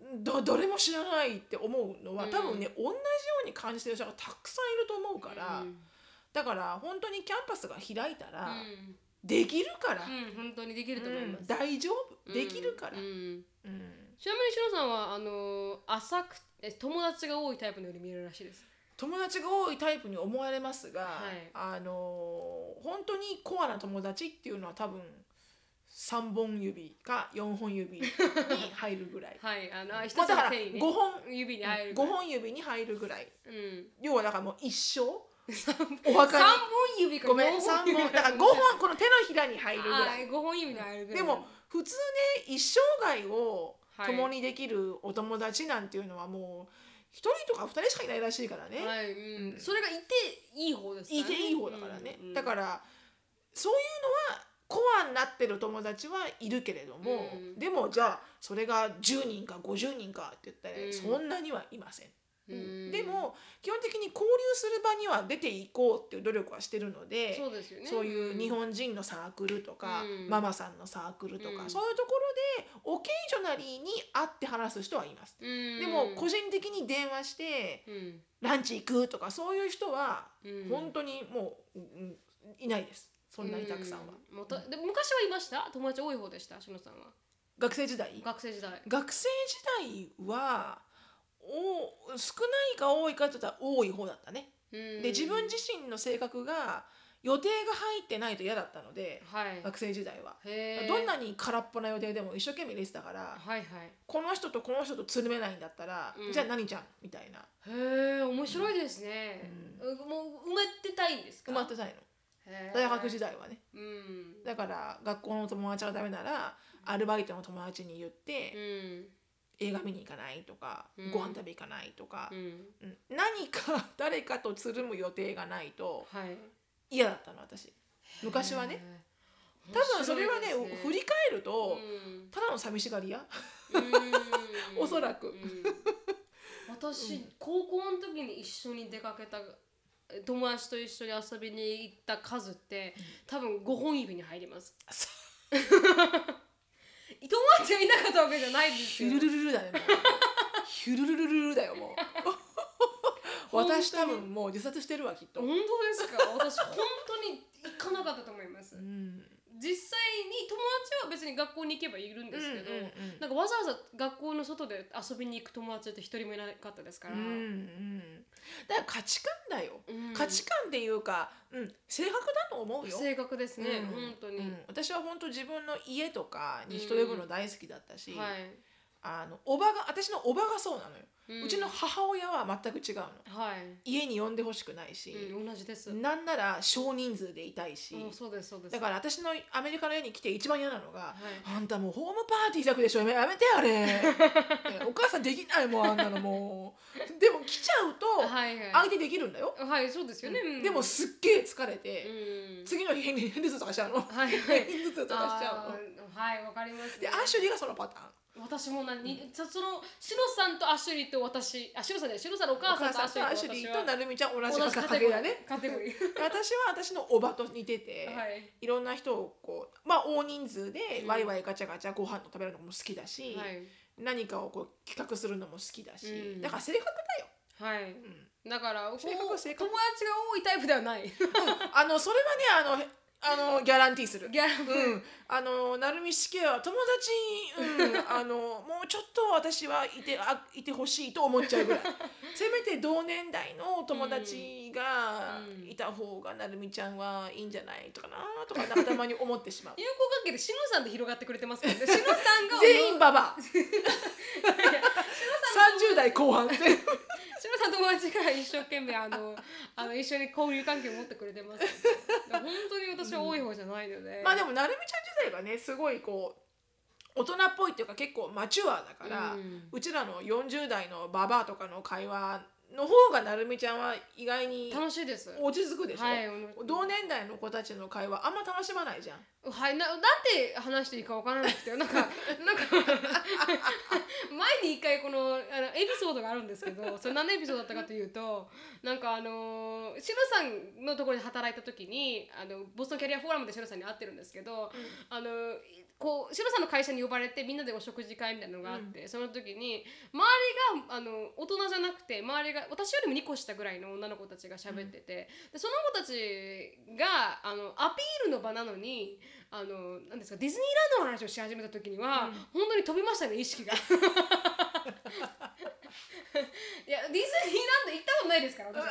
うん
だ誰も知らないって思うのは、
うん
多分ね同じように感じてる人がたくさんいると思うから、
うん
だから本当にキャンパスが開いたら、
うん
できるから、
うん本当にできると思います、
うん大丈夫できるから、
うんうん
うん
ちなみにしのさんはあの浅くえ友達が多いタイプのより見えるらしいです
友達が多いタイプに思われますが、
はい、
あのー本当にコアな友達っていうのは多分3本指か4本指に入るぐらい
はいあのあ一つ
まあ、だ
の
から
手にね
5本
指に入る
5本指に入るぐらい
うん
要はだからもう一生お墓
三本
に
指か
ごめん
四
3
指
本だから5本この手のひらに入るぐら
あ
い
ー五本指に入るぐら
で
い
も普通ね一生涯を共にできるお友達なんていうのはもう一人とか二人しかいないらしいからね、
はい、うん
うん
それがいていい方です
いていい方だからね、だかららそういうのはコアになってる友達はいるけれども、
うん
でもじゃあそれが10人か50人かって言ったら、
うん
そんなにはいません。うんでも基本的に交流する場には出ていこうっていう努力はしてるので
そうですよね
そういう日本人のサークルとか、
うん
ママさんのサークルとか、
うん
そういうところでオケージョナリーに会って話す人はいます。
うん
でも個人的に電話して
うん
ランチ行くとかそういう人は
うん
本当にもう、うんいないですそんなにたくさんは、
うんもうとで昔はいました友達多い方でしたしのさんは
学生時代
学生時代
学生時代はお少ないか多いかって言ったら多い方だったね、
で
で自分自身の性格が予定が入ってないと嫌だったので
はい
学生時代は。
へー
どんなに空っぽな予定でも一生懸命入れてたから
はいはい
この人とこの人とつるめないんだったら、
うん
じゃあ何じゃんみたいな
へえ面白いですね、うもう埋めてたいんですか
埋まってない
へ
の
ー
大学時代はね
うん
だから学校の友達がダメならアルバイトの友達に言って、
うん
映画見に行かないとか、
うん
ご飯食べ行かないとか
う、ん
うん何か 誰かとつるむ予定がないと
はい
嫌だったの私昔はね
へー
多分それはね
面白いです
振り返ると、ただの寂しがり屋
うん
おそらく
うん私、高校の時に一緒に出かけた友達と一緒に遊びに行った数って多分5本指に入ります
そ
友達がいなかったわけじゃないです
ヒ
よ
ュルルルルだねもうヒュルルルルルだ よもう
本当に
私多分もう自殺してるわきっと、
本当ですか私本当に行かなかったと思います
うん
実際に友達は別に学校に行けばいるんですけど、
うんうんうん
なんかわざわざ学校の外で遊びに行く友達って一人もいなかったですから、
うんうんだから価値観だよ、
うん
価値観っていうか、うん、正確だと思うよ
性格ですね、
うん
本当に、
うん私は本当自分の家とかに人呼ぶの大好きだったし、
はい、
あのおばが私のおばがそうなのよ、
う
うんちの母親は全く違うの
はい、
家に呼んでほしくないし、
うん、同じです、
なんなら少人数でいたいし、
もうそうですそうです
だから私のアメリカの家に来て一番嫌なのが、
い
あんたもうホームパーティー開くでしょやめやめてあれ ねお母さんできないもんあんなのもうでも来ちゃうと
はいはい
相手できるんだよ、
はいそうですよね、うん
でもすっげえ疲れ
う
て、
ん
次の日変に変頭痛とかしちゃうの
はいはい
変頭痛とかしちゃう
あ
の
ーはいわかります、
でアシュリーがそのパターン
私も何、そのシロさんとアシュリーと私あシロさんねシロさんのお
お
母さ
母
んと
さ
ア
ん
シュ
とア
リーと私
シュリーと
は
なるみちゃん同じ
同じカテゴ
家
リー
庭だね
カテゴリー
で私は私のおばと似てて、、
はいい
ろんな人をこうまあ大人数で
うん
ワイワイガチャガチャご飯を食べるのも好きだし、
はい
何かをこう企画するのも好きだし、
うん
だから性格だよ、
はい
うん、
だからこう
性格性格
友達が多いタイプではない
あのそれはねあの へあのギャランティーする。
ギャラ
う
ブー
ん、あのなるみしけは友達に、うん、あのもうちょっと私はいてあいてほしいと思っちゃうぐ らいせめて同年代の友達が
うんうん
いた方がなるみちゃんはいいんじゃないとかなとかなんかたまに思ってしまう
友好関係でシロさんで広がってくれてますから ねシロさんが
全員ババア30代後半全員
シロさんの友達が一生懸命あのあの一緒に交流関係を持ってくれてます、ね、だから本当に私は多い方じゃないので、
まあでもなるみちゃん自体がねすごいこう大人っぽいっていうか結構マチュアだから、
う
うんちらの40代のババアとかの会話の方がなるみちゃんは意外に
楽しいです
落ち着くでしょ、
はい
同年代の子たちの会話あんま楽しまないじゃん
はいななんて話していいかわからなくてなんかなんか前に一回このあのエピソードがあるんですけどそれ何のエピソードだったかというとなんかあのシロさんのところで働いた時にあのボストンキャリアフォーラムでシロさんに会ってるんですけど、あのこうシロさんの会社に呼ばれてみんなでお食事会みたいなのがあって、その時に周りがあの大人じゃなくて周りが私よりも2個下ぐらいの女の子たちが喋ってて、でその子たちがあのアピールの場なのにあのなんですかディズニーランドの話をし始めた時には、本当に飛びましたね意識が。いやディズニーランド行ったことないですから私あんま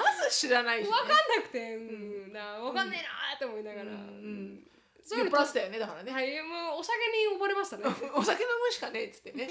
り。
まず知らな いし、ね
分、かんなくて、うん、な分かんねえなーって思いながら、
うん
そういう
酔
の
っ払ってたよねだからね、
はい、もうお酒に溺れましたね。
お酒飲むしかねえっつっ てね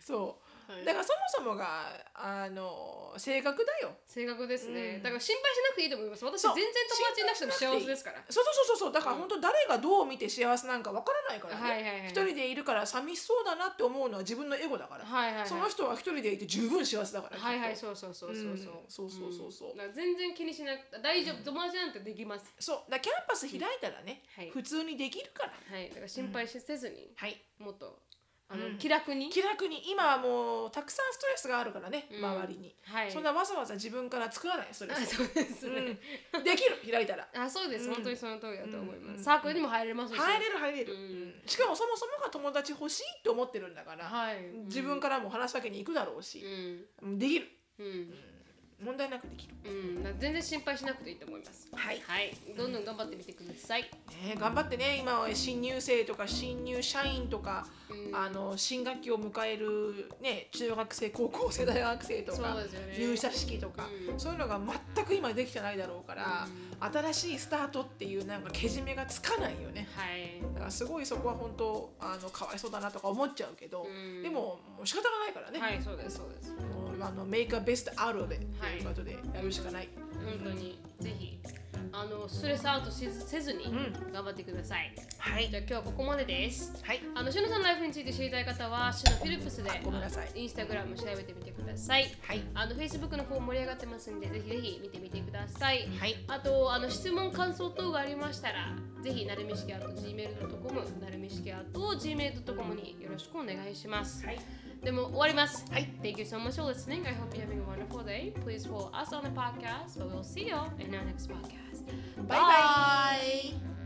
そう、
はい
だからそもそもがあの性格だよ
性格ですね、
うん
だから心配しなくていいと思います。私
そ
全
う
然友達いなくても幸せですから。
そうそうそうそうだから本当誰がどう見て幸せなんかわからないからね、
はいはいはい
一人でいるから寂しそうだなって思うのは自分のエゴだから、
はいはいはい
その人は一人でいて十分幸せだから
はいはい、
きっと
そうそうそうそうそう。
うんそうそうそうそうん
だから全然気にしなく大丈夫、友達なんてできます。
そうだからキャンパス開いたらね、
はい
普通にできるから
はい、だから心配しせずに、
はい
もっとあの、
うん
気楽に。
気楽に今はもうたくさんストレスがあるからね、
うん
周りに、
はい。
そんなわざわざ自分から作らないストレ
あ
ス
そうです
を、
ね。
うんできる開いたら
あ、そうです、
うん
本当にその通りだと思います。
うん
サークルにも入れますし。
入れる入れる、
うん
うんしかもそもそもが友達欲しいって思ってるんだから、
はい。
自分からも話しかけに行くだろうし、
うん。
うんできる
うん。
問題なくできる。
うん、な全然心配しなくていいと思います。
はい
はい、どんどん頑張ってみてください。
ね、頑張ってね今は新入生とか新入社員とか、
うん
あの新学期を迎える、ね、中学生高校生大学生とか
そうですよね
入社式とか、
うん
そういうのが全く今できてないだろうから、新しいスタートっていうなんかけじめがつかないよね。
はい。
だからすごいそこは本当あのかわいそうだなとか思っちゃうけど、
うん
でももう仕方がないからね、
はい、そうです、そうです。
もうあのメイクアベストアローでと
はい
いうことでやるしかない、
本当に、ぜひ、あの、ストレスアウトしずせずに、頑張ってください。
はい
じゃあ、今日はここまでです。
はい
あの、しのさんのライフについて知りたい方は、しのフィリップスで、
ごめんなさい
あのインスタグラム調べてみてください。
はい
あの、Facebook の方盛り上がってますんで、ぜひぜひ見てみてください。
はい
あとあの質問感想等がありましたらぜひなるみしきあと gmail.com なるみしきあと gmail.com によろしくお願いします、
はい
でも終わります、
はい
Thank you so much for listening I hope you're having a wonderful day Please follow us on the podcast but we'll see you in our next podcast
バイバイ